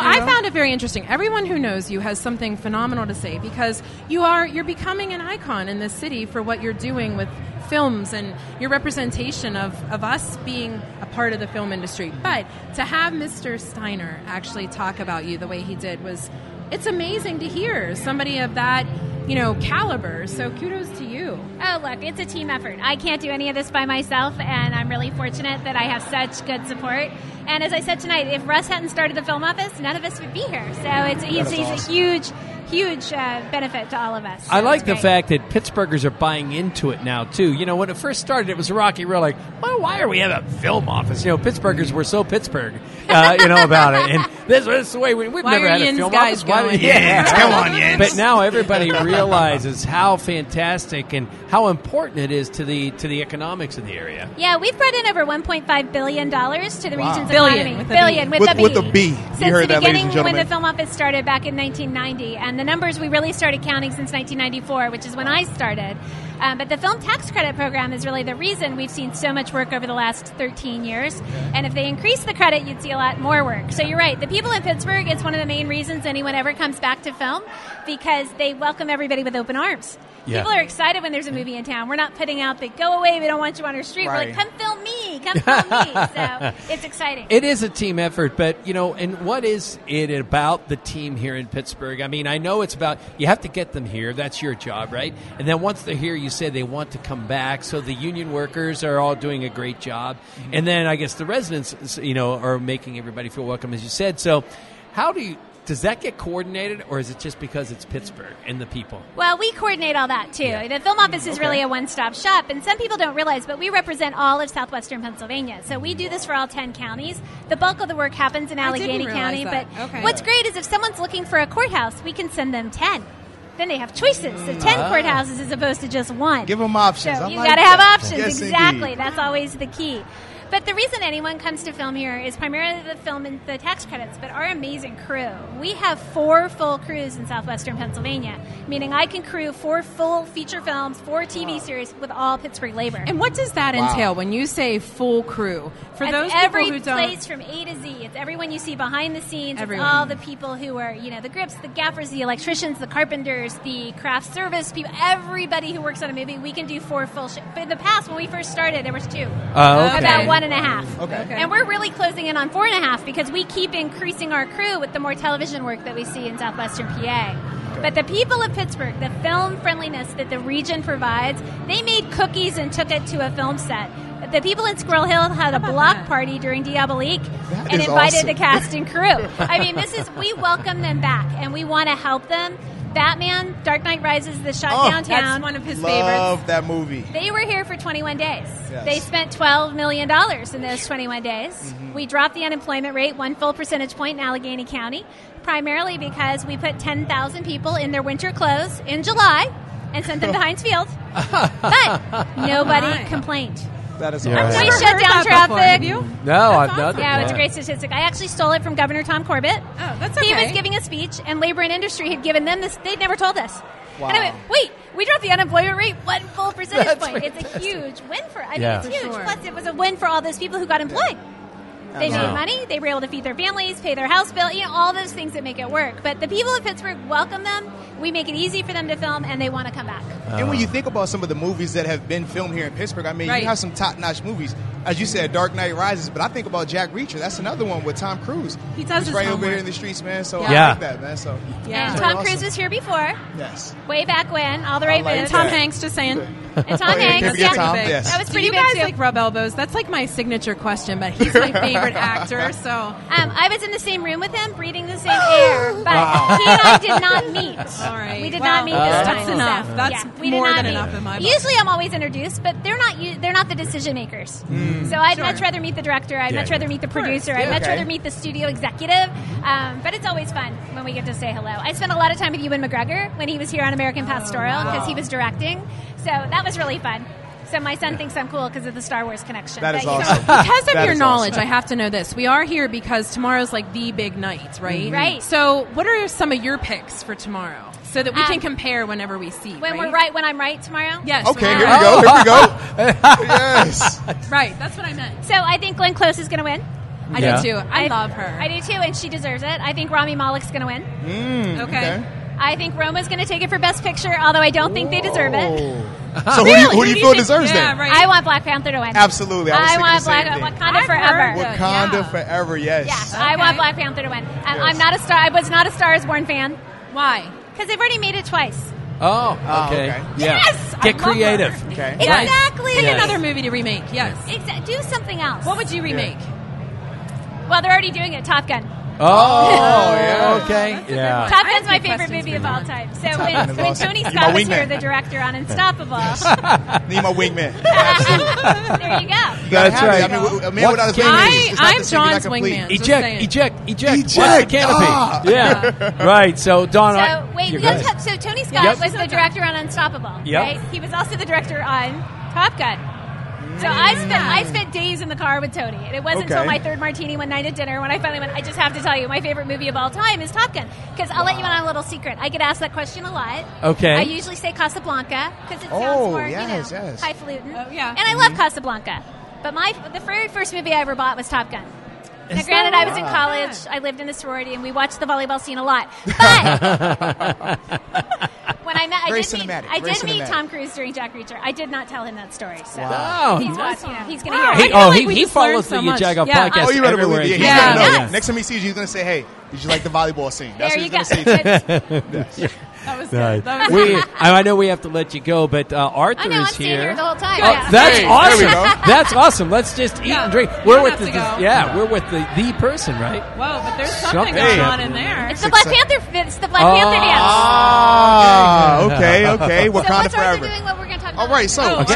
I found it very interesting. Everyone who knows you has something phenomenal to say because you are you're becoming an icon in this city for what you're doing with films and your representation of, of us being a part of the film industry. But to have Mr. Steiner actually talk about you the way he did was it's amazing to hear somebody of that, you know, caliber. So kudos to you. Oh, look, it's a team effort. I can't do any of this by myself, and I'm really fortunate that I have such good support. And as I said tonight, if Russ hadn't started the film office, none of us would be here. So it's he's, he's a huge, huge uh, benefit to all of us. I So like it's the great. fact that Pittsburghers are buying into it now too. You know, when it first started, it was rocky. We're like, well, why are we at a film office? You know, Pittsburghers were so Pittsburgh, uh, you know about it. And this, this is the way we, we've Why never are had a Yin's film guys office. Why- going? Yeah, Come on, Jens. But now everybody realizes how fantastic and how important it is to the to the economics of the area. Yeah, we've brought in over 1.5 billion dollars to the region's Billion, economy. with a B. billion with, With- a B. with a B. You Since heard the that, ladies beginning, and when gentlemen. the film office started back in 1990, and the numbers we really started counting since 1994, which is when I started. Um, but the film tax credit program is really the reason we've seen so much work over the last 13 years. And if they increase the credit, you'd see a lot more work. So you're right. The people in Pittsburgh, it's one of the main reasons anyone ever comes back to film because they welcome everybody with open arms. Yeah. People are excited when there's a movie in town. We're not putting out the go away, we don't want you on our street. We're Right. like, come film me, come film me. So it's exciting. It is a team effort, but you know, and what is it about the team here in Pittsburgh? I mean, I know it's about you have to get them here. That's your job, right? And then once they're here, you say they want to come back. So the union workers are all doing a great job, and then I guess the residents, you know, are making everybody feel welcome, as you said. So, how do you? Does that get coordinated, or is it just because it's Pittsburgh and the people? Well, we coordinate all that too. The film office is really a one stop shop, and some people don't realize, but we represent all of southwestern Pennsylvania. So we do this for all 10 counties. The bulk of the work happens in I didn't Allegheny realize County, that. but Okay. what's great is if someone's looking for a courthouse, we can send them 10. Then they have choices of 10 courthouses as opposed to just one. Give them options. So I you like got to have that. options. Yes, indeed. exactly. That's always the key. But the reason anyone comes to film here is primarily the film and the tax credits, but our amazing crew. We have four full crews in southwestern Pennsylvania, meaning I can crew four full feature films, four TV series with all Pittsburgh labor. And what does that entail when you say full crew? For those That's every people who don't place from A to Z. It's everyone you see behind the scenes. Everyone. It's all the people who are, you know, the grips, the gaffers, the electricians, the carpenters, the craft service people. Everybody who works on a movie, we can do four full. Sh- but in the past, when we first started, there was two. Oh, okay. About one and a half. Okay. Okay. And we're really closing in on four and a half because we keep increasing our crew with the more television work that we see in southwestern PA. But the people of Pittsburgh, the film friendliness that the region provides, they made cookies and took it to a film set. The people in Squirrel Hill had a block party during Diabolique That and is invited awesome. the cast and crew. I mean, this is we welcome them back and we want to help them. Batman, Dark Knight Rises, The Shot Oh, Downtown. that's one of his favorites. Love that movie. They were here for 21 days. Yes. They spent 12 million dollars in those 21 days. Mm-hmm. We dropped the unemployment rate one full percentage point in Allegheny County, primarily because we put 10,000 people in their winter clothes in July and sent them to Heinz Field. But nobody My. complained. That is Yeah. We awesome. Never shut heard down that before. traffic. Have you? No, I've That's not. awesome. Yeah, it was a great statistic. I actually stole it from Governor Tom Corbett. Oh, that's He okay. was giving a speech, and labor and industry had given them this. They'd never told us. And I went, wait, we dropped the unemployment rate one full percentage That's point. It's a huge win for. I Yeah. mean, For it's huge. sure. Plus, it was a win for all those people who got employed. They made Wow. money. They were able to feed their families, pay their house bill. You know, all those things that make it work. But the people of Pittsburgh welcome them. we make it easy for them to film, and they want to come back. and Uh. when you think about some of the movies that have been filmed here in Pittsburgh, I mean, Right. you have some top-notch movies. As you said, Dark Knight Rises, but I think about Jack Reacher. That's another one with Tom Cruise. He does He's his right over homework. here in the streets, man. So Yeah. I like that, man. So And Pretty Tom awesome. Cruise was here before. Yes. Way back when, all the way like back. that. Hanks, just saying. And Tom Oh, yeah, Hanks. don't forget yeah. Tom, yes. That was Do pretty you big guys too. like rub elbows? That's like my signature question, but he's my favorite actor. So um, I was in the same room with him, breathing the same air, but he and I did not meet. All right. We did Well, not meet this that's time. so, enough. That's yeah, we did more not than meet. enough in my book. Usually, I'm always introduced, but they're not. u- They're not the decision makers. Mm. So I'd Sure. much rather meet the director. I'd Yeah, much yeah. rather meet the producer. I'd Yeah. much Okay. rather meet the studio executive. Um, but it's always fun when we get to say hello. I spent a lot of time with Ewan McGregor when he was here on American Pastoral because Oh, wow. he was directing. So that was really fun. So my son thinks I'm cool because of the Star Wars connection. That But, is you know, awesome. because of your knowledge, I have to know this. We are here because tomorrow's like the big night, right? Mhm. Right. So, what are some of your picks for tomorrow, so that we Um, can compare whenever we see? when right? we're right, when I'm right tomorrow. Yes. Okay, when here we're we go. right. Here we go. yes. Right. That's what I meant. So I think Glenn Close is going to win. I do Yeah. too. I love her. I do too, and she deserves it. I think Rami Malek's going to win. Mm, Okay. I think Roma's going to take it for Best Picture, although I don't think they deserve it. So who do you, who do you feel deserves that? I want Black Panther to win. Absolutely. I was I, thinking want the same Black thing. Wakanda forever. Wakanda forever. Yes. Yes, I want Black Panther to win. Um, I'm not a star. I was not a Star Is Born fan. Why? Because they've already made it twice. Oh, okay. Yeah. Yes! Get I love creative. her. Okay. Exactly. Pick Yes. another movie to remake. Yes. Exa- do something else. What would you remake? Well, they're already doing it. Top Gun. Oh, yeah. Okay. Yeah. I Top have Gun's my good favorite questions movie for of you. all time. So Top when, Gun is when awesome. Tony You're my Scott was here, wingman. the director on Unstoppable, Need my wingman. there you go. You gotta have it. I mean, w- a man without his wingman. is- it's not the city that complete. Eject, eject, eject, Eject. Watch the canopy. Ah. Yeah. right. So, Don. So I, wait, you're we gotta good. talk- so Tony Scott Yep. was the director on Unstoppable, Yep. right? He was also the director on Top Gun. So I spent I spent days in the car with Tony, and it wasn't until Okay. my third martini one night at dinner when I finally went. I just have to tell you, my favorite movie of all time is Top Gun. Because I'll let you in on a little secret. I get asked that question a lot. Okay. I usually say Casablanca because it sounds Oh, more yes, you know yes. highfalutin. Oh yeah. And I love Casablanca, but my the very first movie I ever bought was Top Gun. Now, Is that granted, I was in right? college. I lived in a sorority, and we watched the volleyball scene a lot. when I met, I Very did meet, cinematic, I very did meet cinematic. Tom Cruise during Jack Reacher. I did not tell him that story. So Wow. he's Wow. watching. it. He's going to Wow. hear. He- it. oh, he- he follows the You Jag Off podcast Oh, you better everywhere believe it. he He's goes. gonna know. Yes. Next time he sees you, he's gonna say, "Hey, did you like the volleyball scene?" That's There what you he's gonna go. say. That was Right. good. That was we, good. I I know we have to let you go, but uh, Arthur know, I'm is staying here the whole time. Oh, Yeah. That's Hey, there we awesome. go. That's awesome. Let's just eat and drink. you We're don't with have the, to go. yeah, we're with the the person, right? Whoa, but there's something Something going on in happening. there. It's the Black Exciting. Panther. It's the Black Oh. Panther Ah, okay, okay. So Wakanda what's Arthur forever. dance. What we're going to talk about? All right, so Oh, so Arthur.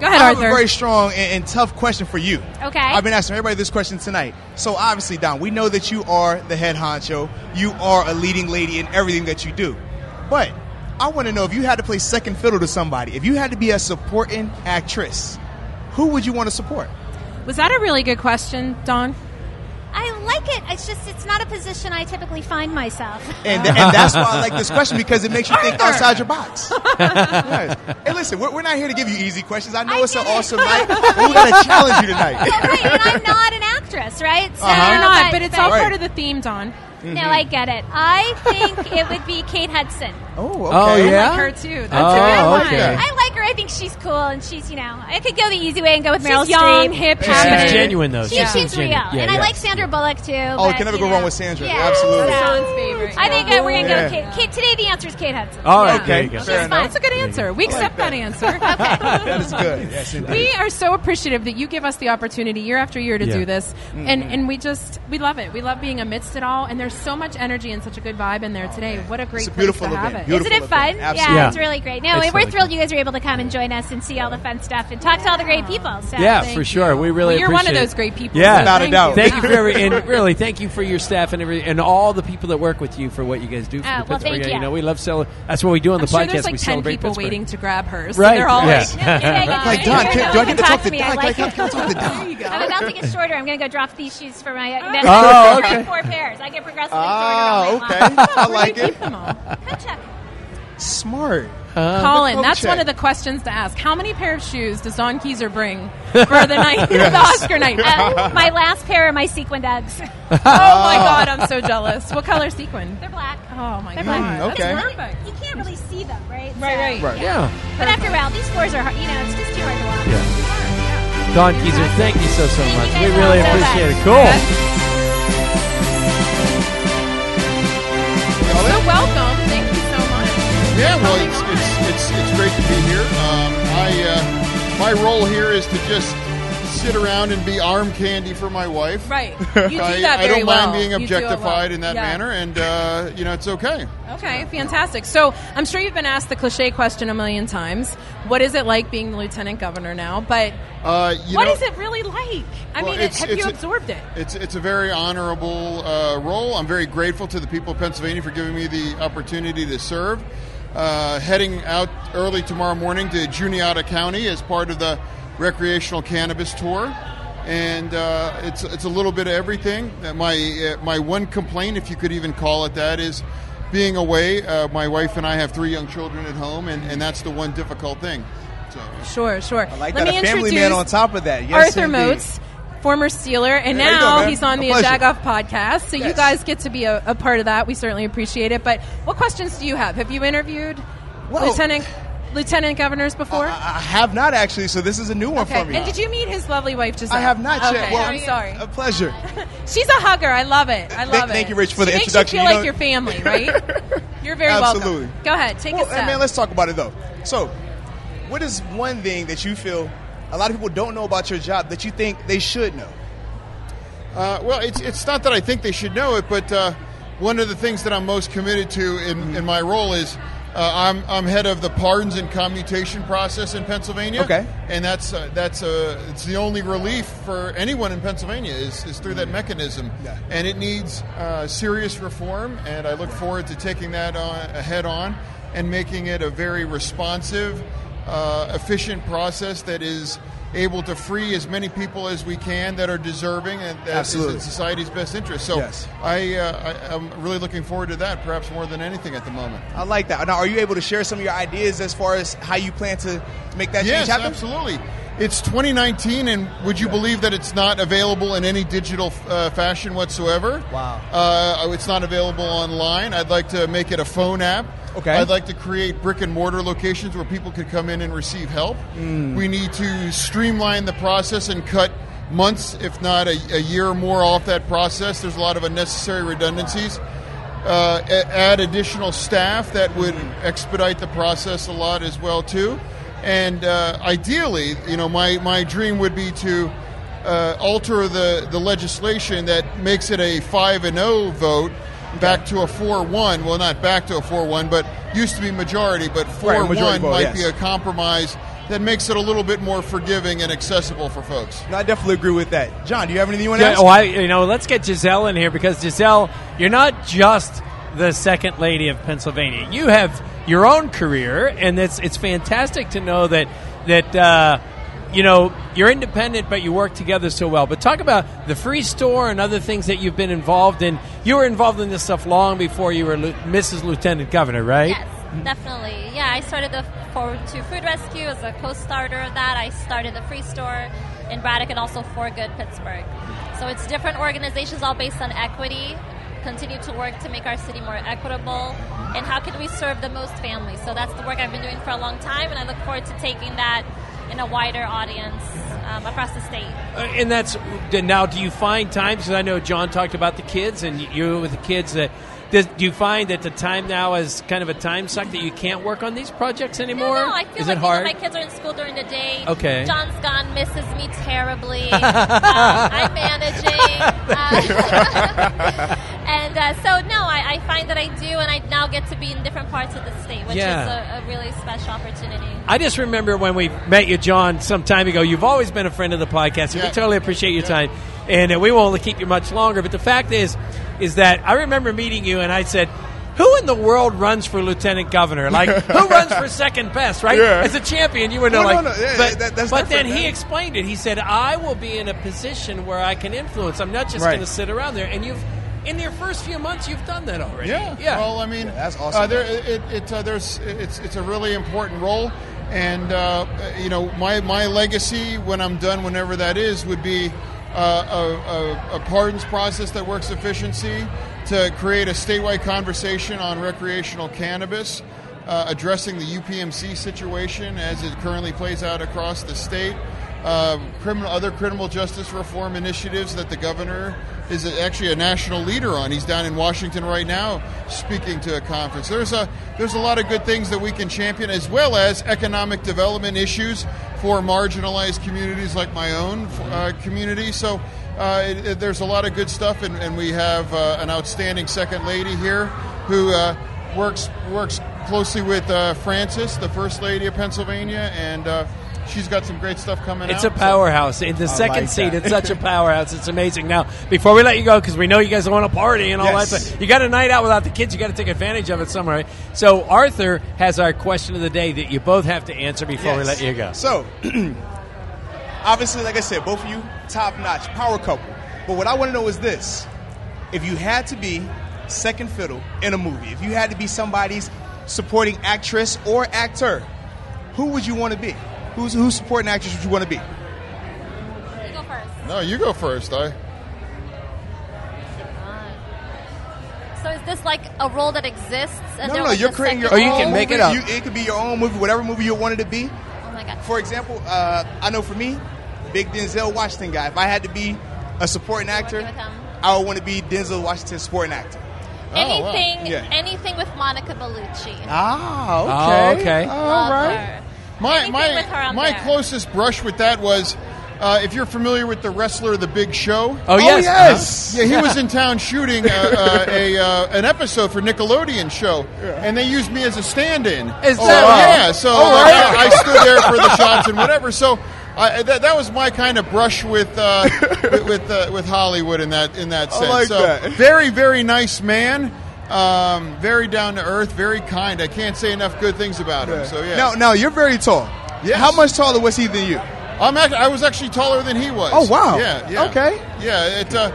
Go ahead, I have Arthur. a very strong and, and tough question for you. Okay. I've been asking everybody this question tonight. So obviously, Don, we know that you are the head honcho. You are a leading lady in everything that you do. But I want to know if you had to play second fiddle to somebody, if you had to be a supporting actress, who would you want to support? Was that a really good question, Don? I like it. It's just it's not a position I typically find myself. And, and that's why I like this question because it makes you think outside your box. Yes. Hey, listen, we're, we're not here to give you easy questions. I know it's an awesome night, but we're going to challenge you tonight. I'm not an actress, right? So Uh-huh. You're not, but it's all Right. Mm-hmm. part of the theme, Don. No, I get it. I think it would be Kate Hudson. Oh, okay. Oh, yeah? I like her too. That's Oh, a good one. okay. Yeah. I like her. I think she's cool, and she's you know I could go the easy way and go with She's Meryl young, Streep. hip, She happy. seems genuine, though. She She seems seems real, genuine. Yeah, and I yeah. like Sandra Bullock too. Oh, but, can never you go know. wrong with Sandra. Yeah, Absolutely. so Don's favorite. I think uh, we're gonna go with Yeah. Kate. Kate. Today the answer is Kate Hudson. All right, there you go. She's Fair fine. enough. That's a good answer. We accept that answer. That is good. Yes, indeed. We are so appreciative that you give us the opportunity year after year to Yeah. do this, and Mhm. and we just we love it. We love being amidst it all, and there's so much energy and such a good vibe in there today. What a great Oh, It's a place beautiful to have event. it. Beautiful Isn't it fun? Absolutely. Yeah, Yeah. it's really great. No, It's we're really thrilled you guys were able to come and join us and see all the fun stuff and talk to all the great people. So. yeah, for sure. We really Well, you're one of appreciate it. those great people, Yeah, so Without a thank doubt. you. Thank you for every, and really thank you for your staff and every and all the people that work with you for what you guys do for Oh, the well, Pittsburgh. thank area. you. know, we love celebrating. That's what we do on the I'm sure podcast. there's we like ten celebrate people Pittsburgh. waiting to grab her, so Right, they're all yeah. like, "No, you're not Like, gonna Don, do can- it." do I get to talk to me. Don? I Can I- like can I it. talk to Don? I'm about to get shorter. I'm going to go drop these shoes for my. Oh, okay. Like four pairs. I get progressively shorter. Ah, all night okay. long. I like it. Good job. Smart. Uh, Colin, the that's check. one of the questions to ask. How many pair of shoes does Don Keyser bring for the night, the Oscar night? Uh, my last pair are my sequined Uggs. oh my God, I'm so jealous. What color sequin? They're black. Oh my They're God, black. that's That's perfect. You can't really see them, right? Right, right. Right. Yeah. But after a while, these floors are, hard- you know, it's just too hard to walk. Don Keyser, thank you so, so much. guys We all really so appreciate much. it. Cool. So welcome. Thank you so much. Yeah, well, it's, it's, it's, it's great to be here. Um, I, uh, my role here is to just sit around and be arm candy for my wife. Right. You do I, that I very don't well. mind being You do it well. objectified in that Yeah. manner, and, uh, you know, it's okay. Okay, fantastic. So I'm sure you've been asked the cliche question a million times. What is it like being the lieutenant governor now? But Uh, what is you know, it really like? I Well, mean, it, it's- have it's you a- absorbed it? It's it's a very honorable uh, role. I'm very grateful to the people of Pennsylvania for giving me the opportunity to serve. Uh, heading out early tomorrow morning to Juniata County as part of the recreational cannabis tour, and uh, it's it's a little bit of everything. Uh, My uh, my one complaint, if you could even call it that, is. Being away, uh, my wife and I have three young children at home, and, and that's the one difficult thing. So. Sure, sure. I like Let that, me a family introduce man on top of that. Yes, Arthur indeed. Moats, former Steeler, and Hey, how you now doing, man? he's on A the pleasure. Jagoff podcast. So you Yes. guys get to be a, a part of that. We certainly appreciate it. But what questions do you have? Have you interviewed lieutenant lieutenant governors before? I have not actually, so this is a new one okay. for me. And did you meet his lovely wife, Giselle? I have not okay. yet. Well, I'm sorry. A pleasure. She's a hugger. I love it. I love it. thank you, Rich, for she the makes introduction. You You feel know- like your family, right? You're very Absolutely. welcome. Go ahead. Take well, a hey, step. man, let's talk about it though. So, what is one thing that you feel a lot of people don't know about your job that you think they should know? Uh, well, it's, it's not that I think they should know it, but uh, one of the things that I'm most committed to in, in my role is uh, I'm, I'm head of the pardons and commutation process in Pennsylvania. Okay. and that's uh, that's uh, it's the only relief for anyone in Pennsylvania is, is through that mechanism, and it needs uh, serious reform. And I look forward to taking that on, head on and making it a very responsive, uh, efficient process that is able to free as many people as we can that are deserving and that is Absolutely. in society's best interest. So Yes. I, uh, I I'm really looking forward to that, perhaps more than anything at the moment. I like that. Now, are you able to share some of your ideas as far as how you plan to make that yes, change happen? absolutely. It's 2019, and would you believe that it's not available in any digital uh, fashion whatsoever? Wow. Uh, it's not available online. I'd like to make it a phone app. Okay. I'd like to create brick and mortar locations where people could come in and receive help. Mm. We need to streamline the process and cut months, if not a, a year or more, off that process. There's a lot of unnecessary redundancies. Uh, a- add additional staff that would expedite the process a lot as well too. And uh, ideally, you know, my, my dream would be to uh, alter the, the legislation that makes it a five and zero vote. Back to a four-one. Well, not back to a four-one, but used to be majority. But Right, four-one majority vote, might yes. be a compromise that makes it a little bit more forgiving and accessible for folks. No, I definitely agree with that. John, do you have anything you want to Yeah, ask? oh, I, you know, let's get Giselle in here because Giselle, you're not just the second lady of Pennsylvania. You have your own career, and it's it's fantastic to know that that uh, you know you're independent, but you work together so well. But talk about the free store and other things that you've been involved in. You were involved in this stuff long before you were Lu- Mrs. Lieutenant Governor, right? Yes, definitely. Yeah, I started the Forward to Food Rescue as a co-starter of that. I started the Free Store in Braddock and also For Good Pittsburgh. So it's different organizations all based on equity. Continue to work to make our city more equitable, and how can we serve the most families? So that's the work I've been doing for a long time, and I look forward to taking that in a wider audience um, across the state. Uh, And that's then now. Do you find times? Because I know John talked about the kids, and you with the kids. That does, do you find that the time now is kind of a time suck that you can't work on these projects anymore? No, I feel is like it you hard? know, my kids are in school during the day. Okay. John's gone, misses me terribly. um, I'm managing. Uh, and uh, so, no, I, I find that I do, and I now get to be in different parts of the state, which Yeah. is a, a really special opportunity. I just remember when we met you, John, some time ago. You've always been a friend of the podcast, and we Yeah. totally appreciate your time. And uh, we won't keep you much longer. But the fact is, is that I remember meeting you, and I said, "Who in the world runs for lieutenant governor? Like, who runs for second best? Right? Yeah. As a champion, you were no, No, no, like, no, yeah, yeah, but, that- that's but then different, he man. explained it. He said, "I will be in a position where I can influence. I'm not just Right. going to sit around there." And you've in their first few months, you've done that already. Yeah. yeah. Well, I mean, that's Uh, there, it, it, uh, there's, it's, it's a really important role, and uh, you know, my, my legacy when I'm done, whenever that is, would be uh, a, a, a pardons process that works efficiency to create a statewide conversation on recreational cannabis. Uh, addressing the UPMC situation as it currently plays out across the state, uh, criminal, other criminal justice reform initiatives that the governor is actually a national leader on. He's down in Washington right now speaking to a conference. There's a there's a lot of good things that we can champion, as well as economic development issues for marginalized communities like my own uh, community. So. Uh, it, it- there's a lot of good stuff, and, and we have uh, an outstanding second lady here who uh, works works closely with uh, Frances, the first lady of Pennsylvania, and uh, she's got some great stuff coming. It's out, a so- powerhouse. In the I second like seat, that. it's such a powerhouse. It's amazing. Now, before we let you go, because we know you guys want to party and all Yes. that stuff, you got a night out without the kids. You got to take advantage of it somewhere. So Arthur has our question of the day that you both have to answer before we Yes. let you go. So, obviously, like I said, both of you top notch power couple. But what I want to know is this: if you had to be second fiddle in a movie, if you had to be somebody's supporting actress or actor, who would you want to be? Who's who's supporting actress would you want to be? You go first. No, you go first. I So is this like a role that exists? And No, there no, was you're a creating your second own. role? Oh, movie. You- it could be your own movie, whatever movie you wanted to be. Oh my god. For example, uh, I know for me, big Denzel Washington guy. If I had to be a supporting actor, I would want to be Denzel Washington's supporting actor. Anything, Oh, Yeah. anything with Monica Bellucci. Ah, okay. Oh, okay. Love right. her. My Anything my, with her, I'm my there. closest brush with that was uh, if you're familiar with the wrestler The Big Show. Oh, yes. Uh-huh. Yeah, he was in town shooting uh, uh, a uh, an episode for Nickelodeon show, and they used me as a stand-in. Is oh, that right? yeah? So All like, right. I, I stood there for the shots and whatever. So. I, that, that was my kind of brush with uh, with with, uh, with Hollywood in that in that I sense. like so that. very very nice man, um, very down to earth, very kind. I can't say enough good things about him. So yeah. Now, now you're very tall. Yeah. How much taller was he than you? I'm act- I was actually taller than he was. Oh, wow. Yeah. yeah. Okay. Yeah. It. Uh,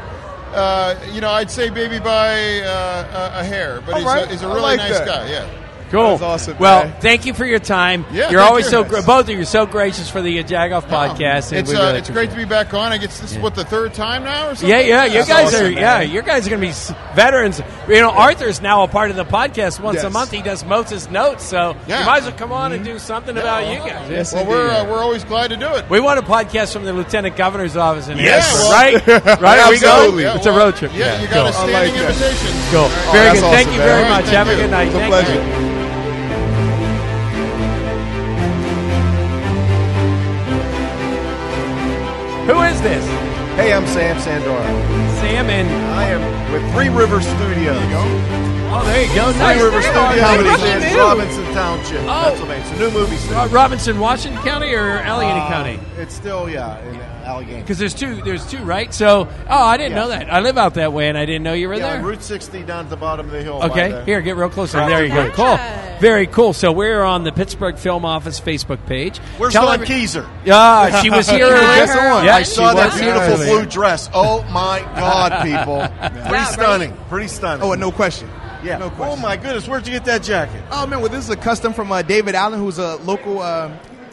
uh, you know, I'd say maybe by uh, a, a hair, but All he's, right. a, he's a I really like nice that. guy. Yeah. Cool. That's awesome, Well, man. thank you for your time. Yeah, you're thank always you. so gra- both of you are so gracious for the uh, Jagoff podcast. and It's we uh, really it's great to be back on. I guess this is what the third time now, or something. Yeah, yeah, you That's guys awesome, are. man. Yeah, you guys are going to be s- veterans. You know, Arthur's now a part of the podcast once a Yes. month. He does most of his notes, so Yeah. Mm-hmm. you might as well come on and do something about you guys. well, we're uh, we're always glad to do it. we want a podcast from the lieutenant governor's office in Yes. Harrisburg, Well- right? Right? Are we going? Absolutely. Yeah, it's a road trip. yeah, you got a cool. standing invitation. Cool. All right. Very Oh, that's good. Thank awesome, you man. very All right, much. thank Have a you. good night. It's a Thank pleasure. you. Who is this? Hey, I'm Sam Sandora. Sam and I am with Three River Studios. Oh, there you go. Three Nice. River There are. Studios Nice. in Nice. Robinson Township, Pennsylvania. It's a new movie Oh. Uh, studio. Robinson, Washington County, or Allegheny Uh, County? It's still yeah in Allegheny. Because there's two. There's two, right? So, oh, I didn't Yeah. know that. I live out that way, and I didn't know you were Yeah, there. Route 60 down at the bottom of the hill. by Okay, the- here, get real close. There you go. Gotcha. Cool. Very cool. So we're on the Pittsburgh Film Office Facebook page. Where's Tell Helen every- Keiser? Yeah, she was here. Yes, I Yeah, I saw she that was beautiful here. blue dress. Oh my God, people! Pretty right? stunning. Pretty stunning. Oh, and no question. Yeah. No oh my goodness, where'd you get that jacket? Oh man, well this is a custom from uh, David Allen, who's a local uh,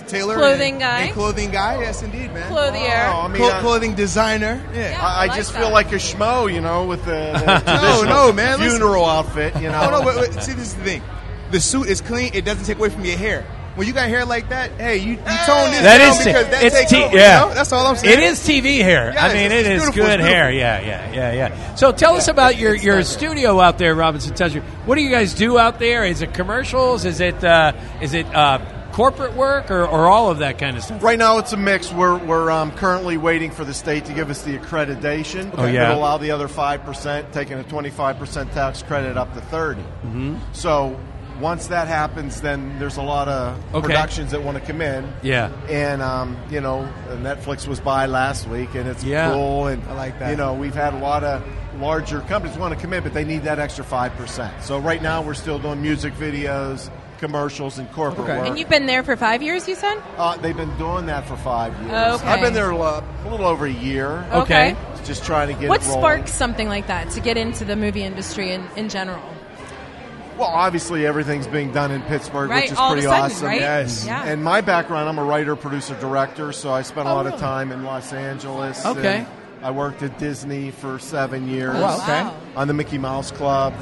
tailor, Clothing and- guy. and Oh, clothing guy. Yes, indeed, man. Clothier. Wow, Oh, I mean, uh, Clo- I- clothing designer. Yeah. I, I, just feel like a schmo, you know, with the, the no, traditional no, man. listen. funeral outfit, you know. No, no, wait, wait. See, this is the thing. The suit is clean. It doesn't take away from your hair. When you got hair like that, hey, you, you tone this That down is because that it's takes t- over, yeah. you know? That's all I'm saying. It is TV hair. I Yes, mean, it it's is beautiful, good it's hair. beautiful. Yeah, yeah, yeah, yeah. So tell us about your your studio out there, Robinson Township. What do you guys do out there? Is it commercials? Is it uh, is it uh, corporate work or, or all of that kind of stuff? Right now, it's a mix. We're, we're um, currently waiting for the state to give us the accreditation. Oh, yeah. It'll allow the other 5%, taking a 25% tax credit up to 30 Mm-hmm. So once that happens, then there's a lot of Okay. productions that want to come in. Yeah. And, um, you know, Netflix was by last week, and it's Yeah. cool. And, I like that. You know, we've had a lot of larger companies want to come in, but they need that extra 5%. So right now, we're still doing music videos, commercials and corporate work. And you've been there for five years, you said? Uh, they've been doing that for five years. Okay. I've been there a, lo- a little over a year. Okay. Just trying to get What it rolling. sparked something like that to get into the movie industry in, in general? Well, obviously everything's being done in Pittsburgh, Right, which is all of pretty a sudden, awesome. right? Yes. Yeah. And my background, I'm a writer, producer, director, so I spent a Oh, lot really? of time in Los Angeles. Okay. and I worked at Disney for seven years. Oh, wow. Okay. On the Mickey Mouse Club.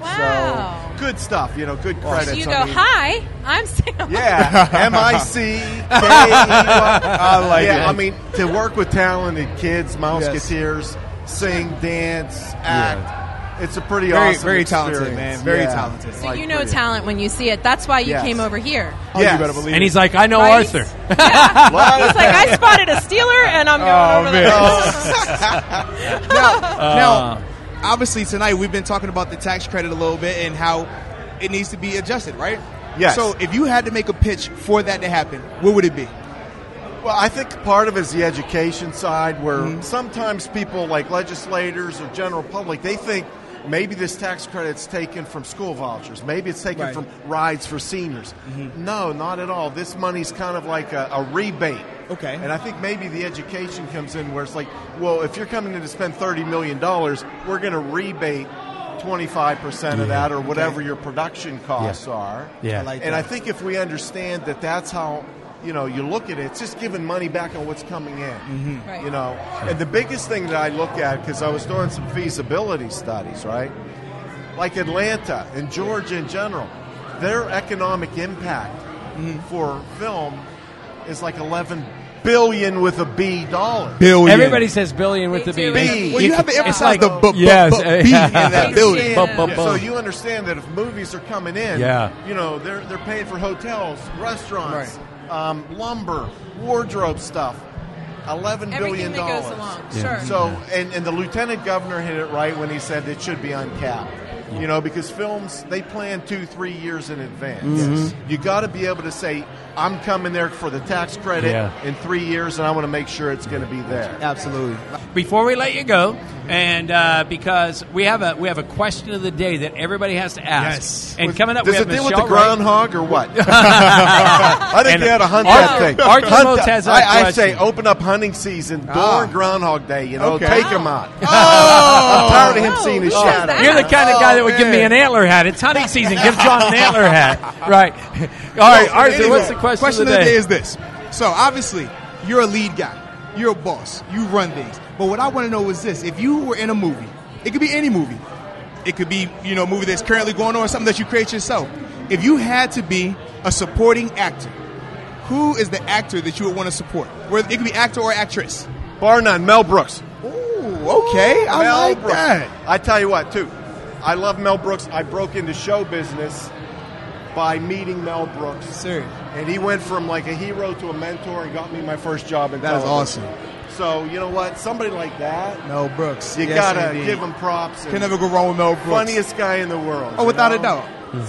Wow. So good stuff, you know, good so credits. you I go, mean- hi, I'm Sam. Yeah, M I C K. I like yeah, it. I mean, to work with talented kids, Mouseketeers, sing, dance, act. It's a pretty Very- awesome, very talented, experience. man. Very Yeah. talented. So Like, you know pretty- talent when you see it. That's why you Yes. came over here. Oh, you Yes. better believe and he's like, I know Arthur. He's like, I spotted a Steeler and I'm going Oh, Oh, over there. Uh. now, obviously, tonight we've been talking about the tax credit a little bit and how it needs to be adjusted, right? Yes. So, if you had to make a pitch for that to happen, what would it be? Well, I think part of it is the education side, where sometimes people like legislators or general public they think maybe this tax credit's taken from school vouchers, maybe it's taken Right. from rides for seniors. No, not at all. This money's kind of like a, a rebate. Okay. And I think maybe the education comes in where it's like, well, if you're coming in to spend thirty million dollars, we're going to rebate. 25% Yeah. of that or whatever Okay. your production costs are Yeah. I like and that. i think if we understand that that's how you know you look at it it's just giving money back on what's coming in Mhm. Right. you know and the biggest thing that i look at because i was doing some feasibility studies right like atlanta and georgia in general their economic impact Mm-hmm. for film is like 11 billion with a b dollar Billion. Everybody says billion with the B. B. It's- it's like- yes, yeah. Bu- bu- bu- So you understand that if movies are coming in, Yeah. you know they're they're paying for hotels, restaurants, um, lumber, wardrobe stuff. Eleven billion Everything that dollars. goes along, Yeah. sure. So and, and the lieutenant governor hit it right when he said it should be uncapped. You know because films they plan two three years in advance. Mm-hmm. Mhm. You got to be able to say I'm coming there for the tax credit Yeah. in three years, and I want to make sure it's going to be there. Absolutely. Before we let you go, and uh, because we have a we have a question of the day that everybody has to ask. Yes. And With- coming up, does we have it deal with Michelle the groundhog or what? I think And they had a hunt Ar- that thing. Archie Hunt Motes that- has our I, I say question. open up hunting season during Ah. Groundhog Day. You know, Okay. take him out. Oh. I'm tired of him seeing his Oh, shadow. Oh, You're the kind of guy that would give Oh, me an antler hat. It's hunting season. Give John an antler hat. Right. All right, Arthur, what's the question, of the, day? is this. So, obviously, you're a lead guy. You're a boss. You run things. But what I want to know is this. If you were in a movie, it could be any movie. It could be, you know, a movie that's currently going on or something that you create yourself. If you had to be a supporting actor, who is the actor that you would want to support? Whether it could be actor or actress. Bar none, Mel Brooks. Okay, I Mel like Brooks. that. I tell you what, too. I love Mel Brooks. I broke into show business by meeting Mel Brooks. Serious. And he went from like a hero to a mentor and got me my first job in That is television. So, you know what? Somebody like that, Mel Brooks. you Yes, gotta indeed. give him props. Can never go wrong with Mel Brooks. Funniest guy in the world. Oh, you without know? a doubt.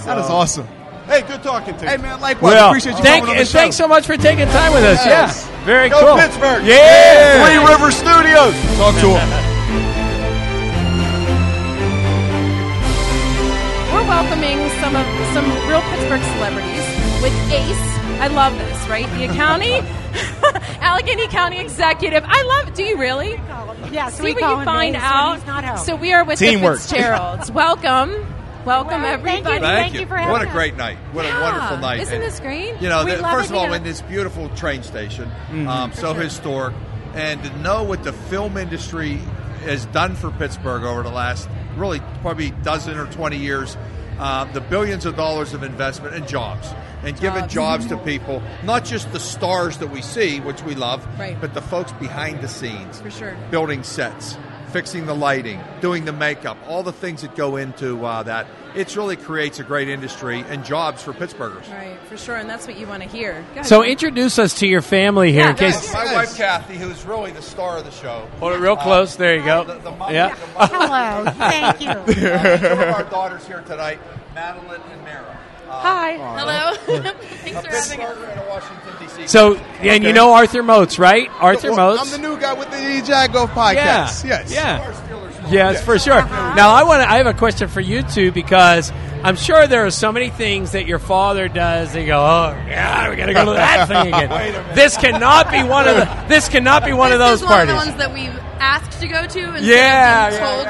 That is So- awesome. Hey, good talking to you. Hey, man, likewise. Well, Appreciate you thank, coming on the and thanks so much for taking time with us. Yes. Yeah. Very Go cool. Pittsburgh. Yeah. Three River Studios. Talk to him. We're welcoming some of some real Pittsburgh celebrities with Ace. I love this, right? The county, Allegheny County executive. I love. Do you really? Yeah. See we what call you him find Ace when he's not out. home. So we are with Teamwork. the Fitzgeralds. Welcome, welcome everybody. What a great night. What Yeah. a wonderful night. Isn't this great? You know, We the- love first it of all, here. in this beautiful train station, Mhm. um, For so sure. historic, and to know what the film industry has done for Pittsburgh over the last really probably dozen or 20 years, uh, the billions of dollars of investment and jobs. And giving jobs to people, not just the stars that we see, which we love, Right. but the folks behind the scenes For sure. building sets, fixing the lighting, doing the makeup, all the things that go into uh, that. It really creates a great industry and jobs for Pittsburghers. Right, for sure, and that's what you want to hear. Go So ahead. introduce us to your family here in case. my wife Kathy, who's really the star of the show. Uh, Hold it real close. There you go. yeah. Hello. Thank you. Uh, Two of our daughters here tonight, Madeline and Mara. Uh, Hi. Aw. Hello. a Pittsburgher and a Washington D.C. So, and you know Arthur Motes, right? Arthur Well, Motes. I'm the new guy with the E Jago podcast. Yeah. Yes. Uh-huh. Yeah. Yes, for sure. Now I want to. I have a question for you two because I'm sure there are so many things that your father does. They go, oh God, we got to go to that thing Wait a minute. again. This cannot be one of the. This cannot be one of This those is one of parties. the ones that we've asked to go to and Yeah, yeah, being Oh.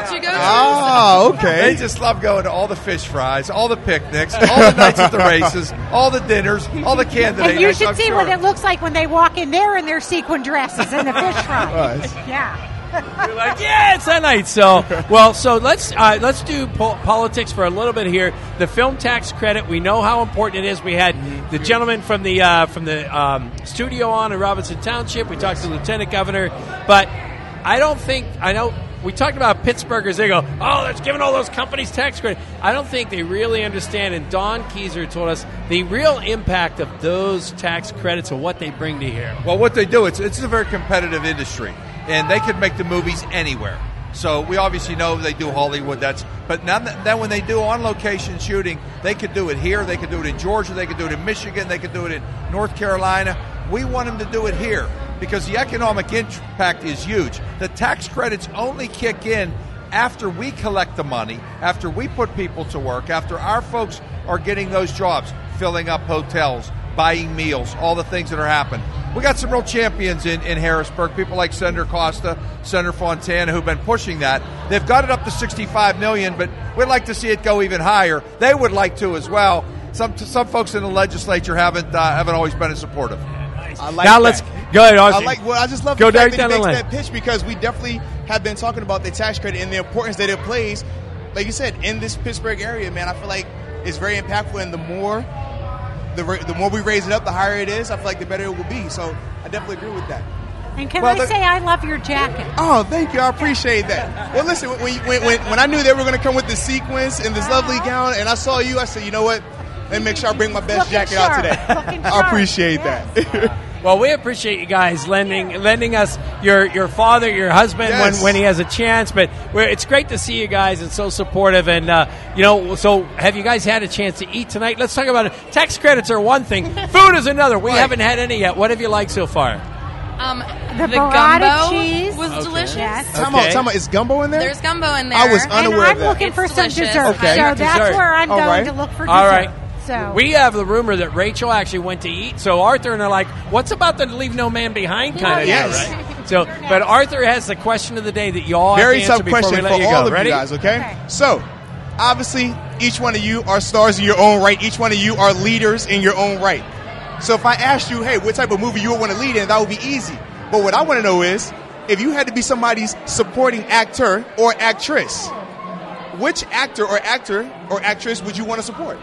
told to go to. They just love going to all the fish fries, all the picnics, all the nights at the races, all the dinners, all the candidate And you nights, should I'm see sure. what it looks like when they walk in there in their sequin dresses and the fish fry. Right. Yeah. You're like, yeah, it's that night. So, well, so let's uh, let's do po- politics for a little bit here. The film tax credit, we know how important it is. We had the gentleman from the uh, from the um, studio on in Robinson Township. We talked to the lieutenant governor, but I don't think I know. We talked about Pittsburghers. They go, oh, that's giving all those companies tax credit. I don't think they really understand. And Don Keyser told us the real impact of those tax credits and what they bring to here. Well, what they do, it's, it's a very competitive industry, and they could make the movies anywhere. So we obviously know they do Hollywood. That's but now th- then when they do on location shooting, they could do it here, they could do it in Georgia, they could do it in Michigan, they could do it in North Carolina. We want them to do it here because the economic impact is huge. The tax credits only kick in after we collect the money, after we put people to work, after our folks are getting those jobs, filling up hotels, buying meals, all the things that are happening. We got some real champions in, in Harrisburg, people like Senator Costa, Senator Fontana, who've been pushing that. They've got it up to 65 million, but we'd like to see it go even higher. They would like to as well. Some some folks in the legislature haven't uh, haven't always been as supportive. I like now that. let's go ahead. I Archie. like. Well, I just love go the fact that direct down he the makes that line. pitch because we definitely have been talking about the tax credit and the importance that it plays. Like you said, in this Pittsburgh area, man, I feel like it's very impactful. And the more, the ra- the more we raise it up, the higher it is. I feel like the better it will be. So I definitely agree with that. And can Well, I the- say I love your jacket? Oh, thank you. I appreciate that. Well, listen, when, you- when, when, when I knew they were going to come with this sequence and this lovely gown, and I saw you, I said, you know what? Let me make sure I bring my best jacket out today. I appreciate that. Well, we appreciate you guys lending lending us your your father, your husband Yes. when, when he has a chance. But we're, it's great to see you guys and so supportive. And uh, you know, so have you guys had a chance to eat tonight? Let's talk about it. Tax credits are one thing, food is another. We haven't had any yet. What have you liked so far? Um, the burrata gumbo cheese. was Okay. delicious. Time out, time out. Is gumbo in there? There's gumbo in there. I was unaware I'm of that. looking for It's some delicious. dessert. Okay. So that's Dessert. where I'm All going right. to look for dessert. All right. So We have the rumor that Rachel actually went to eat. So Arthur and I are like, what's about the leave no man behind kind of Yes. deal, right? So, but Arthur has the question of the day that you all Very have tough to answer before question we for let you all go. of Ready? you guys, okay? So, obviously, each one of you are stars in your own right. Each one of you are leaders in your own right. So, if I asked you, hey, what type of movie you would want to lead in, that would be easy. But what I want to know is if you had to be somebody's supporting actor or actress, which actor or actor or actress would you want to support?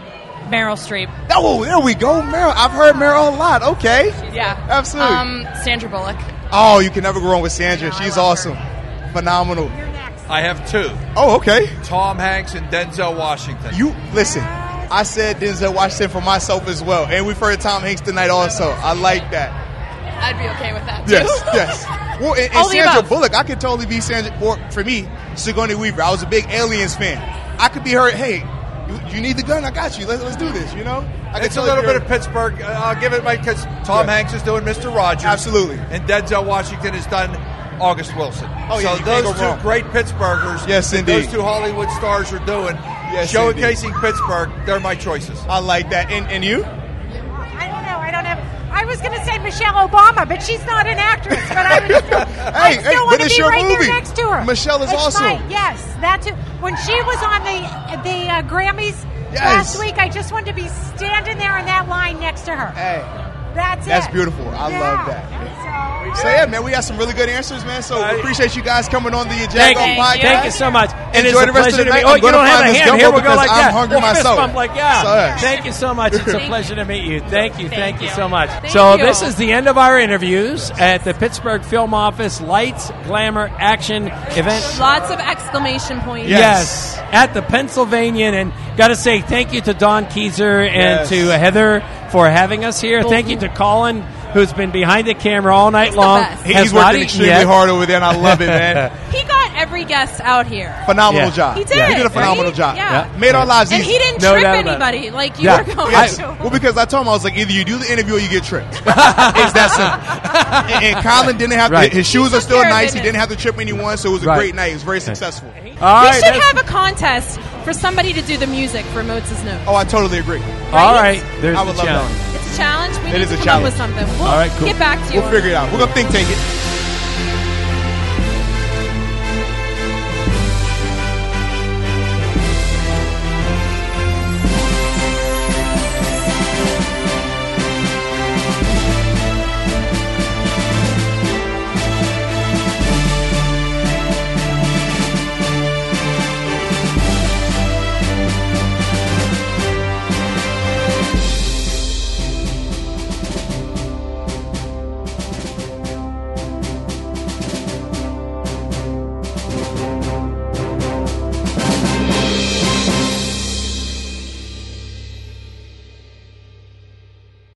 Meryl Streep. Oh, there we go, Meryl. I've heard Meryl a lot. Okay. Yeah, Absolutely. Um, Sandra Bullock. Oh, you can never go wrong with Sandra. She's awesome. Phenomenal. I have two. Oh, okay. Tom Hanks and Denzel Washington. You listen. I said Denzel Washington for myself as well, and we've heard Tom Hanks tonight also. I like that. I'd be okay with that. Too. Yes, yes. Well, and, and All the Sandra above. Bullock, I could totally be Sandra. Or for me, Sigourney Weaver. I was a big Aliens fan. I could be her. Hey, you, you need the gun? I got you. Let's, let's do this. You know. I could it's a totally little be her- bit of Pittsburgh. Uh, I'll give it my because Tom Yeah. Hanks is doing Mr. Rogers, Absolutely. and Denzel Washington has done August Wilson. Oh, yeah, so you can't those go two wrong. great Pittsburghers, Yes, indeed. those two Hollywood stars are doing Yes, showcasing Pittsburgh. They're my choices. I like that. And, and you? I don't know. I don't have. I was going to say Michelle Obama, but she's not an actress. But I would still, I Hey, still hey, want but to it's be your right movie. there next to her. Michelle is It's awesome. mine. Yes, that too. When she was on the the uh, Grammys last week, I just wanted to be standing there in that line next to her. Hey, that's it. That's beautiful. I Yeah. love that. So yeah, man, we got some really good answers, man. So we appreciate you guys coming on the Jack Thank Off you. podcast. Thank you so much. It is Enjoy a the rest of pleasure the to night. meet- Oh, I'm you gonna don't have find a this hand. gumbo Here we go because like I'm that. hungry We'll fist myself. bump like yeah. Sorry. Thank you so much. It's a pleasure to meet you. Thank you. Thank you so much. Thank so you. this is the end of our interviews at the Pittsburgh Film Office Lights, Glamour, Action event. Lots of exclamation points. Yes. at the Pennsylvanian, and got to say thank you to Don Keyser and Yes. to Heather for having us here. Thank you to Colin, who's been behind the camera all night long. He- has He's not working eaten extremely yet. hard over there, and I love it, man. He got every guest out here. phenomenal job. He did. He did a phenomenal right? job. Yeah. Made our lives And easy. he didn't trip anybody like you Yeah. were going Yes. to. Well, because I told him I was like, either you do the interview or you get tripped. it's that simple. And, and Colin didn't have Right. to. His shoes He are took still care of nice. He business. didn't have to trip anyone, so it was a Right. great night. It was very successful. we should have a contest for somebody to do the music for Moats' Note. Oh, I totally agree. All right, there's I would the love challenge. that. It's a challenge. We It need is to a come up challenge. with something. We'll All right, cool. get back to you. We'll figure it out. We're gonna think tank it.